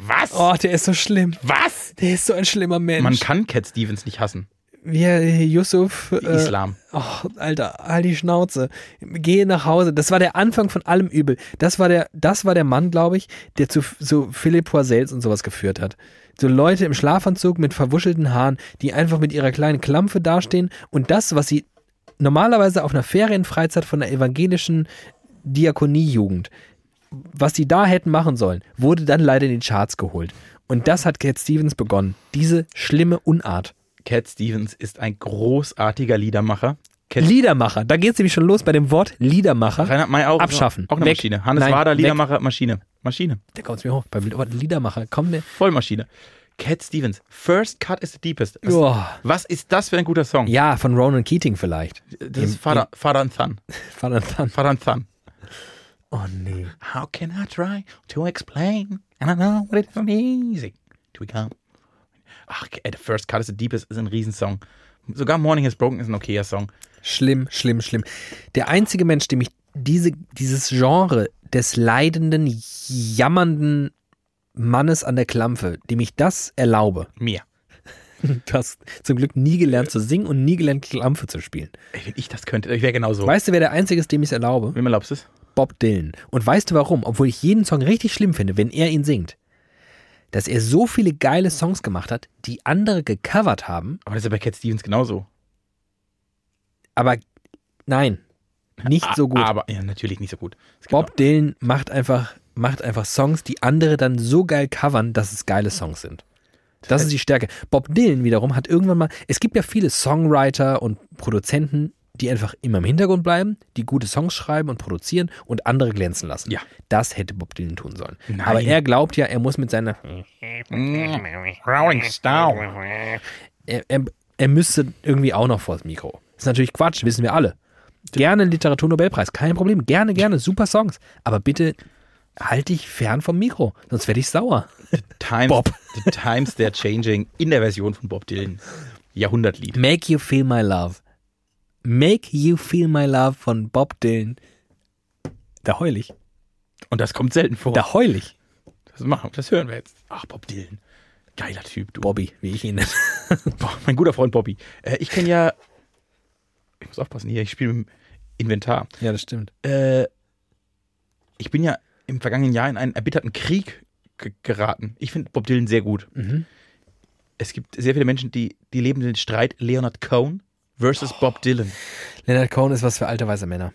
Was?
Oh, der ist so schlimm.
Was?
Der ist so ein schlimmer Mensch.
Man kann Cat Stevens nicht hassen.
Wie er- Yusuf. äh,
Islam.
Oh, Alter, halt die Schnauze. Geh nach Hause. Das war der Anfang von allem Übel. Das war der, das war der Mann, glaube ich, der zu so Philipp Poisels und sowas geführt hat. So Leute im Schlafanzug mit verwuschelten Haaren, die einfach mit ihrer kleinen Klampfe dastehen und das, was sie normalerweise auf einer Ferienfreizeit von der evangelischen Diakoniejugend, was sie da hätten machen sollen, wurde dann leider in die Charts geholt. Und das hat Cat Stevens begonnen. Diese schlimme Unart.
Cat Stevens ist ein großartiger Liedermacher. Cat
Liedermacher. Da geht es nämlich schon los bei dem Wort Liedermacher.
Reinhard May auch.
Abschaffen.
Auch eine
Weg.
Maschine. Hannes
Nein,
Wader,
weg.
Liedermacher, Maschine. Maschine.
Da kommt es mir hoch. Beim Wort Liedermacher. Komm mir.
Vollmaschine. Cat Stevens. First Cut is the Deepest. Was,
Joa.
was ist das für ein guter Song?
Ja, von Ronan Keating vielleicht.
das ist Father, Father and Son.
Vater Thun.
Father and Son.
Oh nee.
How can I try to explain? And I know what it's not easy to become. Ach, ey, The First Cut is the Deepest ist ein Riesensong. Sogar Morning is Broken ist ein okayer Song.
Schlimm, schlimm, schlimm. Der einzige Mensch, dem ich diese, dieses Genre des leidenden, jammernden Mannes an der Klampfe, dem ich das erlaube,
Mir.
du hast zum Glück nie gelernt zu singen und nie gelernt, Klampfe zu spielen.
Ey, Wenn ich das könnte, ich wäre genauso.
Weißt du, wer der Einzige ist, dem ich es erlaube?
Wem erlaubst du es?
Bob Dylan. Und weißt du warum? Obwohl ich jeden Song richtig schlimm finde, wenn er ihn singt. Dass er so viele geile Songs gemacht hat, die andere gecovert haben,
Aber das ist ja bei Cat Stevens genauso.
aber nein, nicht so gut.
Aber, ja, natürlich nicht so gut. Es gibt
Bob Dylan macht einfach, macht einfach Songs, die andere dann so geil covern, dass es geile Songs sind. Das ist die Stärke. Bob Dylan wiederum hat irgendwann mal, es gibt ja viele Songwriter und Produzenten, die einfach immer im Hintergrund bleiben, die gute Songs schreiben und produzieren und andere glänzen lassen.
Ja.
Das hätte Bob Dylan tun sollen.
Nein.
Aber er glaubt ja, er muss mit seiner,
Rolling Stone.
er, er, er müsste irgendwie auch noch vors Mikro. Ist natürlich Quatsch, wissen wir alle. Gerne Literaturnobelpreis, kein Problem. Gerne, gerne, super Songs. Aber bitte halt dich fern vom Mikro, sonst werde ich sauer.
Times,
Bob.
The Times They're Changing in der Version von Bob Dylan. Jahrhundertlied.
Make You Feel My Love. Make You Feel My Love von Bob Dylan. Da heul ich.
Und das kommt selten vor.
Da heul ich.
Das, machen, das hören wir jetzt. Ach, Bob Dylan. Geiler Typ, du.
Bobby, wie ich ihn nenne.
Boah, mein guter Freund Bobby. Äh, ich kenne ja. Ich muss aufpassen hier, ich spiele im Inventar.
Ja, das stimmt.
Äh, ich bin ja im vergangenen Jahr in einen erbitterten Krieg ge- geraten. Ich finde Bob Dylan sehr gut.
Mhm.
Es gibt sehr viele Menschen, die, die leben den Streit Leonard Cohen versus
Oh.
Bob Dylan.
Leonard Cohen ist was für alte weiße Männer,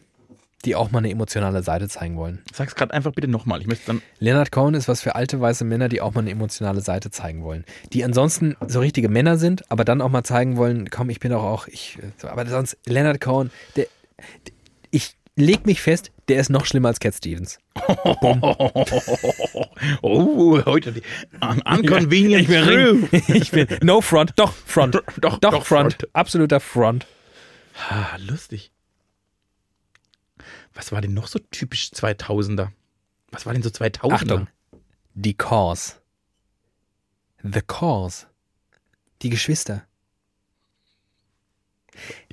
die auch mal eine emotionale Seite zeigen wollen.
Sag's gerade einfach bitte nochmal. Ich möchte dann.
Leonard Cohen ist was für alte weiße Männer, die auch mal eine emotionale Seite zeigen wollen. Die ansonsten so richtige Männer sind, aber dann auch mal zeigen wollen, komm, ich bin doch auch, ich, so, aber sonst, Leonard Cohen, der, der- ich leg mich fest, der ist noch schlimmer als Cat Stevens.
Oh, heute. die- An Unconvenient Truth.
Ich bin no front, doch front, doch,
doch,
doch,
doch
front.
front.
absoluter front.
Ah, lustig. Was war denn noch so typisch 2000er? Was war denn so 2000er?
Achtung, Oh, die Cause, the Cause, die Geschwister.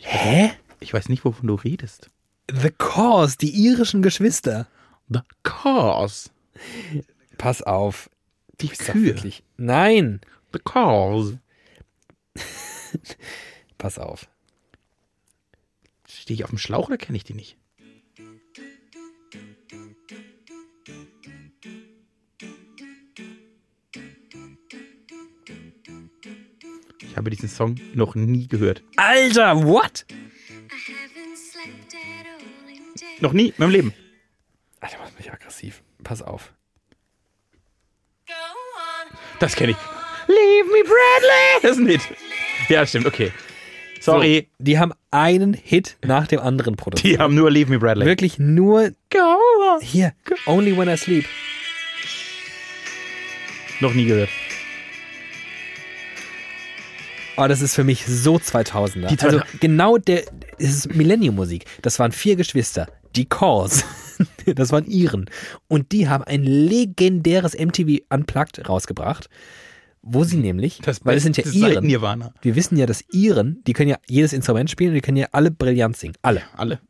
Hä?
Ich weiß nicht, wovon du redest.
The Cause, die irischen Geschwister.
The Cause.
Pass auf,
Die
ist doch
Kühe.
wirklich- Nein,
The Cause.
pass auf.
Stehe ich auf dem Schlauch oder kenne ich die nicht? Ich habe diesen Song noch nie gehört.
Alter, what?
Noch nie in meinem Leben.
Alter, macht mich aggressiv. Pass auf.
Das kenne ich. Leave me, Bradley! Das ist ein Hit. Ja, stimmt, okay. Sorry,
So, die haben einen Hit nach dem anderen produziert.
die haben nur Leave me, Bradley.
Wirklich nur
Go on.
hier. Only when I sleep.
Noch nie gehört.
Oh, das ist für mich so 2000er.
Die
also
2000er.
genau der, es ist Millennium-Musik. Das waren vier Geschwister. Die Cause. Das waren Iren. Und die haben ein legendäres MTV Unplugged rausgebracht, wo sie nämlich, weil es sind ja Iren.
Nirvana.
Wir wissen ja, dass Iren, die können ja jedes Instrument spielen und die können ja alle brillant singen. Alle.
Alle.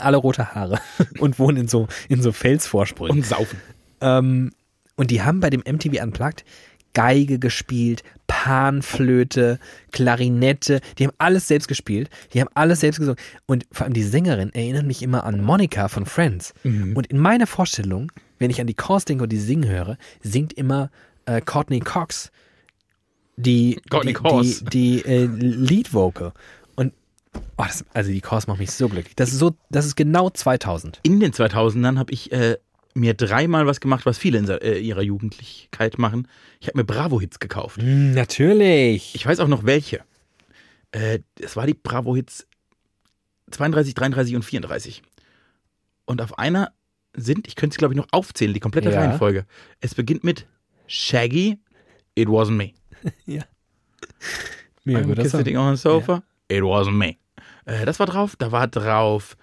Alle rote Haare. Und wohnen in so, in so Felsvorsprüngen.
Und saufen.
Ähm, und die haben bei dem MTV Unplugged Geige gespielt, Panflöte, Klarinette, die haben alles selbst gespielt, die haben alles selbst gesungen. Und vor allem die Sängerin erinnert mich immer an Monica von Friends.
Mhm.
Und in meiner Vorstellung, wenn ich an die Chors denke und die singen höre, singt immer äh, Courtney Cox die,
Courtney
die,
Cox.
die, die äh, Lead Vocal. Und oh, das, also die Chors macht mich so glücklich. Das ist so, das ist genau 2000.
In den 2000ern habe ich äh, mir dreimal was gemacht, was viele in se- äh, ihrer Jugendlichkeit machen. Ich habe mir Bravo-Hits gekauft.
natürlich.
Ich weiß auch noch welche. Äh, es war die Bravo-Hits 32, 33 und 34. Und auf einer sind, ich könnte es glaube ich noch aufzählen, die komplette
Ja.
Reihenfolge. Es beginnt mit Shaggy, It Wasn't Me.
Mega
I'm
guter
just
Song.
sitting on the sofa, It Wasn't Me. Äh, das war drauf, da war drauf,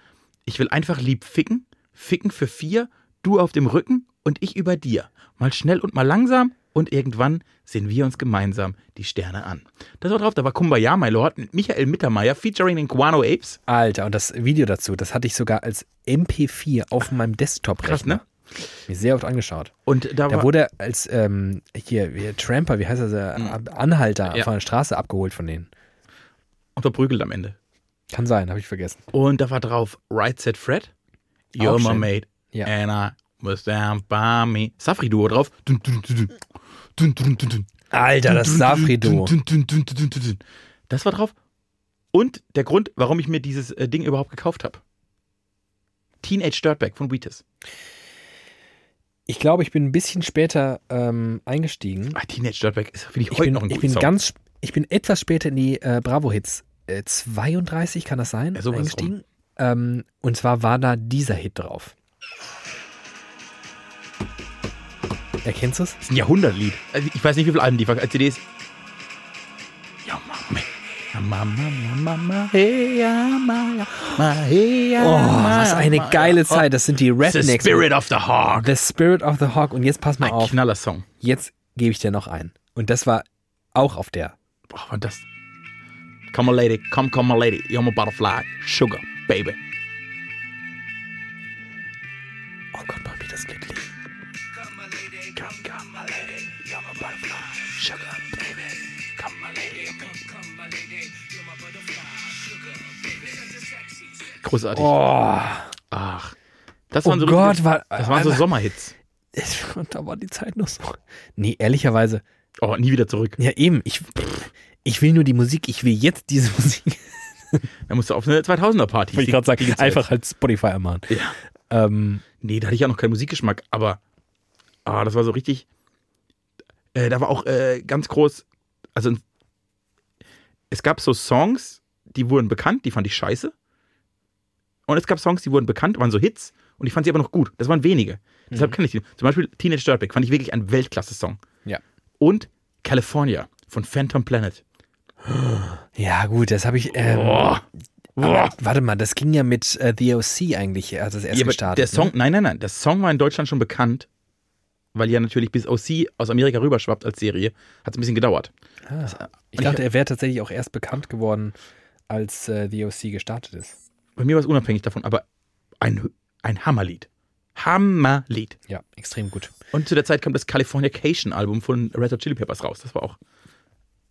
ich will einfach lieb ficken, ficken für vier, du auf dem Rücken und ich über dir. Mal schnell und mal langsam und irgendwann sehen wir uns gemeinsam die Sterne an. Das war drauf, da war Kumbaya, my Lord, mit Michael Mittermeier featuring den Guano Apes.
Alter, und das Video dazu, das hatte ich sogar als MP4 auf meinem Desktop.
Krass, ne?
Mir sehr oft angeschaut.
Und da,
Da
war,
wurde als ähm, hier, hier Tramper, wie heißt das, äh, Anhalter
Ja.
von der Straße abgeholt von denen.
und verprügelt am Ende.
Kann sein, habe ich vergessen.
Und da war drauf Right Said Fred, You're
Auch
my
schön.
mate,
Ja.
and I was down by me. Safri Duo drauf. Dun, dun, dun, dun. Dun, dun, dun, dun.
Alter, das Safri-Duo.
Dun, dun, dun, dun, dun, dun, dun. Das war drauf. Und der Grund, warum ich mir dieses äh, Ding überhaupt gekauft habe. Teenage Dirtbag von Wheatus.
Ich glaube, ich bin ein bisschen später ähm, eingestiegen.
Ah, Teenage Dirtbag ist, finde ich,
Ich
heute
bin,
noch ein
ich
guter
bin
Song.
ganz, ich bin etwas später in die äh, Bravo-Hits äh, 32, kann das sein,
Ja, sowas
eingestiegen. Ähm, und zwar war da dieser Hit drauf. Erkennst du es?
Das ist ein Jahrhundertlied. Also ich weiß nicht, wie viele Alben die verkauft. Als CDs. Ja, Mama. Ja, Mama, Mama, Mama, hey, ja, ma, ja, ma, hey, ja,
Oh,
ma,
was
ja,
eine
ma,
geile
ja.
Zeit. Das sind die
Oh, The
Rednecks.
Spirit of the Hawk.
The Spirit of the Hawk. Und jetzt pass mal
Ein
auf.
Knallersong.
Jetzt gebe ich dir noch einen. Und das war auch auf der.
Boah, war das. Come, my lady, come, come, my lady. You're my butterfly. Sugar, baby.
Oh Gott, mach mich das glücklich.
Come, my lady, come, come, my lady. You're my butterfly. Sugar, baby. Come, my lady, come, come, my lady. You're my butterfly. Sugar, baby. Großartig.
Oh,
Ach. Das
oh
waren so
Gott,
richtig-
war.
Das waren so Sommerhits.
Und da war die Zeit noch so. Nee, ehrlicherweise.
Oh, nie wieder zurück.
Ja, eben. Ich, ich will nur die Musik. Ich will jetzt diese Musik.
Da musst du auf eine 2000er Party. Die- die gibt's
halt Spotify ermahnen.
jetzt. Ja.
Ähm,
Nee, da hatte ich ja noch keinen Musikgeschmack, aber ah, das war so richtig. Äh, da war auch äh, ganz groß. Also es gab so Songs, die wurden bekannt, die fand ich scheiße. Und es gab Songs, die wurden bekannt, waren so Hits und ich fand sie aber noch gut. Das waren wenige. Deshalb
Mhm.
kann ich die. Zum Beispiel Teenage Dirtbag fand ich wirklich ein Weltklasse-Song.
Ja.
Und California von Phantom Planet.
ja, gut, das habe ich. Ähm,
Boah.
aber, warte mal, das ging ja mit äh, The OC eigentlich. Er hat das erst
Ja, aber
gestartet.
der Song,
Ne?
nein, nein, nein, der Song war in Deutschland schon bekannt, weil ja natürlich bis OC aus Amerika rüberschwappt als Serie, hat es ein bisschen gedauert.
Ah, ich
Und
dachte, er wäre tatsächlich auch erst bekannt geworden, als äh, The OC gestartet ist.
Bei mir war es unabhängig davon, aber ein, ein Hammerlied. Hammerlied.
Ja, extrem gut.
Und zu der Zeit kam das Californication Album von Red Hot Chili Peppers raus. Das war auch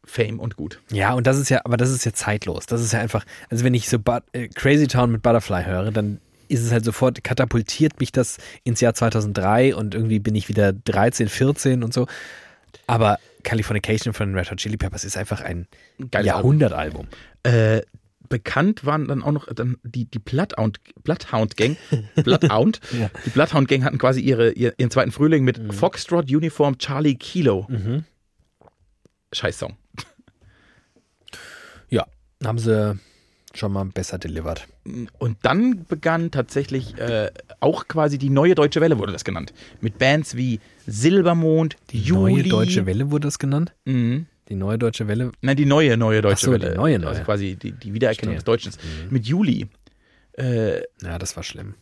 Fame und gut.
Ja, und das ist ja, aber das ist ja zeitlos. Das ist ja einfach, also wenn ich so Bu äh, Crazy Town mit Butterfly höre, dann ist es halt sofort, katapultiert mich das ins Jahr 2003 und irgendwie bin ich wieder 13, 14 und so. Aber Californication von Red Hot Chili Peppers ist einfach ein
Geiles
Jahrhundertalbum.
Äh, bekannt waren dann auch noch dann die, die Bloodhound, Bloodhound Gang. Bloodhound.
Ja. Mhm.
Die Bloodhound Gang hatten quasi ihre, ihr- ihren zweiten Frühling mit Foxtrot Uniform Charlie Kilo. Scheiß Song.
Ja, haben sie schon mal besser delivered.
Und dann begann tatsächlich äh, auch quasi die neue Deutsche Welle, wurde das genannt. Mit Bands wie Silbermond, die Juli.
Neue Deutsche Welle wurde das genannt.
Mhm.
Die Neue Deutsche Welle.
Nein, die neue, neue Deutsche
so, die
Welle.
neue, neue.
Also quasi die, die Wiedererkennung des Deutschen.
Mhm.
Mit Juli. Äh,
Ja, das war schlimm.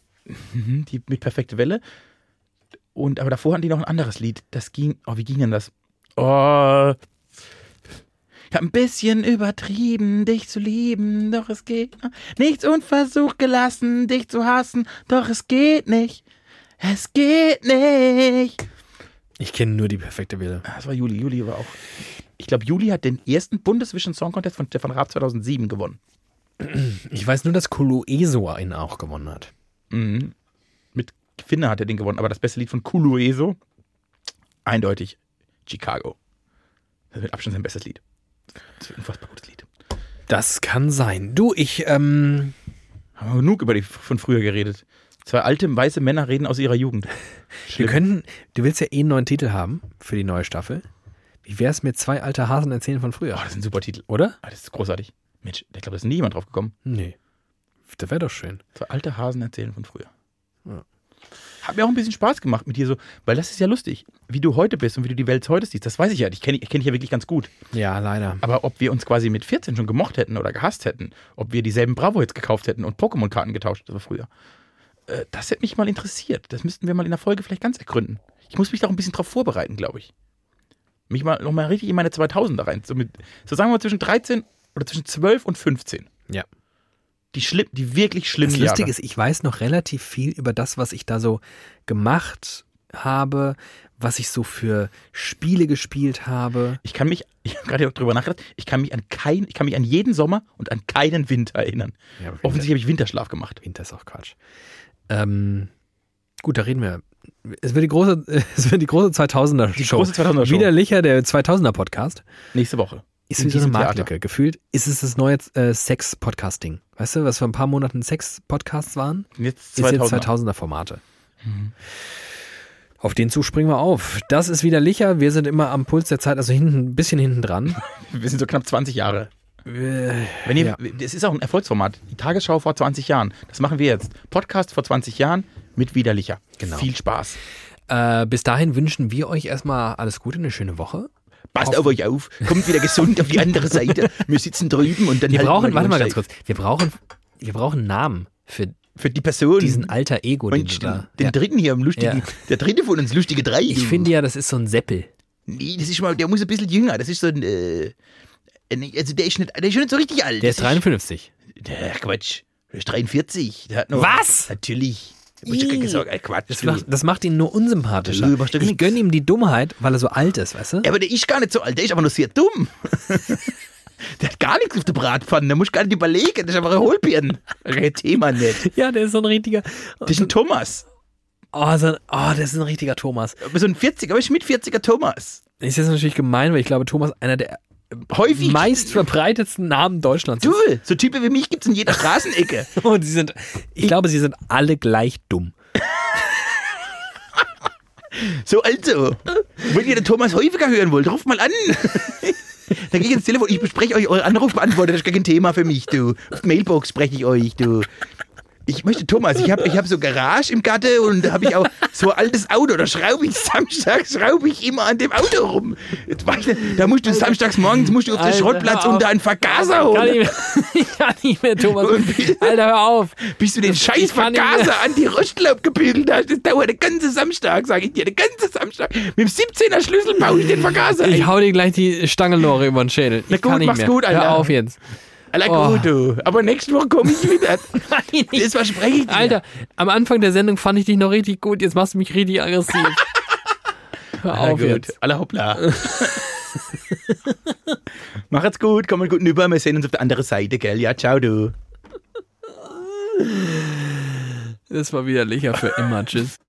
mhm, die, mit Perfekte Welle. Und, aber davor hatten die noch ein anderes Lied. Das ging. Oh, wie ging denn das? Oh. Ich hab ein bisschen übertrieben, dich zu lieben, doch es geht noch. Nichts unversucht gelassen, dich zu hassen, doch es geht nicht. Es geht nicht.
Ich kenne nur die perfekte Welle.
Ah, Das war Juli. Juli war auch. Ich glaube, Juli hat den ersten Bundesvision Song Contest von Stefan Raab 2007 gewonnen.
Ich weiß nur, dass Koloeso einen auch gewonnen hat.
Mhm. Mit Finne hat er den gewonnen, aber das beste Lied von Kulueso, eindeutig Chicago. Das ist mit Abstand sein bestes Lied. Das ist ein unfassbar gutes Lied.
Das kann sein. Du, ich, ähm,
Haben wir genug über die von früher geredet. Zwei alte, weiße Männer reden aus ihrer Jugend.
Wir
Schlimm.
könnten, du willst ja eh einen neuen Titel haben für die neue Staffel. Wie wär's mit zwei alte Hasen erzählen von
oh,
früher?
das ist ein super Titel.
Oder?
Ah, Das ist großartig. Mensch, ich glaube, da ist nie jemand drauf gekommen.
Nee. Das wäre doch schön.
Zwei alte Hasen erzählen von früher.
Ja.
Hat mir auch ein bisschen Spaß gemacht mit dir so, weil das ist ja lustig, wie du heute bist und wie du die Welt heute siehst. Das weiß ich ja. Ich kenne ich kenn dich ja wirklich ganz gut.
Ja, leider.
Aber ob wir uns quasi mit 14 schon gemocht hätten oder gehasst hätten, ob wir dieselben Bravo-Hits gekauft hätten und Pokémon-Karten getauscht, das war früher, äh, das hätte mich mal interessiert. Das müssten wir mal in der Folge vielleicht ganz ergründen. Ich muss mich da auch ein bisschen drauf vorbereiten, glaube ich. Mich mal nochmal richtig in meine 2000er rein. So, mit, so sagen wir mal zwischen 13 oder zwischen 12 und 15.
Ja.
Die, schlimm, die wirklich schlimmen
Das Lustige
Jahre.
ist, ich weiß noch relativ viel über das, was ich da so gemacht habe, was ich so für Spiele gespielt habe.
ich kann mich, ich habe gerade auch drüber nachgedacht, ich kann mich an kein, ich kann mich an jeden Sommer und an keinen Winter erinnern.
Ja,
Offensichtlich habe ich Winterschlaf gemacht.
Winter ist auch Quatsch. Ähm, gut, da reden wir. Es wird die große, es wird die große 2000er-Show.
Die große 2000er Show.
Widerlicher, der 2000er-Podcast.
Nächste Woche.
Ist
In
wie so eine
diesem
Marktlücke. Gefühlt ist es das neue äh, Sex-Podcasting. Weißt du, was vor ein paar Monaten Sex-Podcasts waren?
Und Jetzt
Ist jetzt
2000.
2000er-Formate. Auf den Zug springen wir auf. Das ist wieder Licher. Wir sind immer am Puls der Zeit, also hinten, ein bisschen hinten dran.
Wir sind so knapp 20 Jahre.
Äh,
Wenn ihr,
Ja.
Das ist auch ein Erfolgsformat. Die Tagesschau vor 20 Jahren. Das machen wir jetzt. Podcast vor 20 Jahren mit Widerlicher.
Genau.
Viel Spaß.
Äh, bis dahin wünschen wir euch erstmal alles Gute, eine schöne Woche.
Passt auf euch auf. Kommt wieder gesund auf die andere Seite. Wir sitzen drüben und dann
Wir
halten
brauchen,
die
warte Halt mal ganz
Ohren
kurz, wir brauchen, wir brauchen Namen für
steif. Für die Person.
diesen alter Ego, den
Mensch,
du
den,
da.
den
Ja.
dritten hier, im lustigen,
Ja.
der dritte von uns, lustige drei.
Ich
du.
finde ja, das ist so ein Seppel.
Nee, das ist schon mal, der muss ein bisschen jünger. Das ist so ein, äh, ein- also der ist, nicht, der ist schon nicht so richtig alt.
Der ist
Das
53.
Der, Quatsch. Der ist 43. Der hat noch,
Was?
Natürlich. Da muss ich
Ih.
gar nicht sagen, ey, Quatsch.
Das
du.
macht, das macht ihn nur unsympathischer.
Du machst doch
Ich
nix.
gönne ihm die Dummheit, weil er so alt ist, weißt du?
Ja, aber der ist gar nicht so alt, der ist aber noch sehr dumm. der hat gar nichts auf der Bratpfanne, der muss gar nicht überlegen, das ist einfach ein Hohlbirn. Kein Thema nicht.
Ja, der ist so ein richtiger.
Das ist ein Thomas.
Oh, so ein, oh, das ist ein richtiger Thomas.
Aber So ein 40er, aber ich mit 40er Thomas.
Ist jetzt natürlich gemein, weil ich glaube, Thomas einer der
Häufig.
meistverbreitetsten Namen Deutschlands
du,
ist.
so Typen wie mich gibt's in jeder Straßenecke.
Und sie sind, ich glaube, sie sind alle gleich dumm.
So, also, wenn ihr den Thomas häufiger hören wollt, ruft mal an. Dann gehe ich ins Telefon, ich bespreche euch eure Anrufbeantworter, das ist gar kein Thema für mich, du. Auf die Mailbox spreche ich euch, du. Ich möchte Thomas, ich habe ich hab so Garage im Gatte und da habe ich auch so ein altes Auto, da schraube ich samstags, schraube ich immer an dem Auto rum. Jetzt weiß ich, Da musst du samstags morgens musst du auf den
Alter,
Schrottplatz
hör auf.
unter einen Vergaser
Kann
holen.
nicht mehr, ich kann nicht mehr Thomas. Alter, hör auf.
Bis du den scheiß
kann nicht mehr.
Vergaser an die Röstlaub gebügelt hast, das dauert den ganzen Samstag, sage ich dir, den ganzen Samstag. Mit dem 17er Schlüssel baue ich den Vergaser ein.
Ich hau dir gleich die Stangenlore über den Schädel. Ich
Na gut,
kann nicht
mach's
mehr.
gut, Alter.
Hör auf jetzt.
Aller
Oh.
gut, du. Aber nächste Woche komme ich wieder. Das verspreche ich dir.
Alter, am Anfang der Sendung fand ich dich noch richtig gut. Jetzt machst du mich richtig aggressiv. Hör
Aller
auf
gut.
jetzt.
Aller hoppla. Macht's gut, kommt guten über. Wir sehen uns auf der anderen Seite, gell? Ja, ciao, du.
Das war wieder Licher für immer. Tschüss.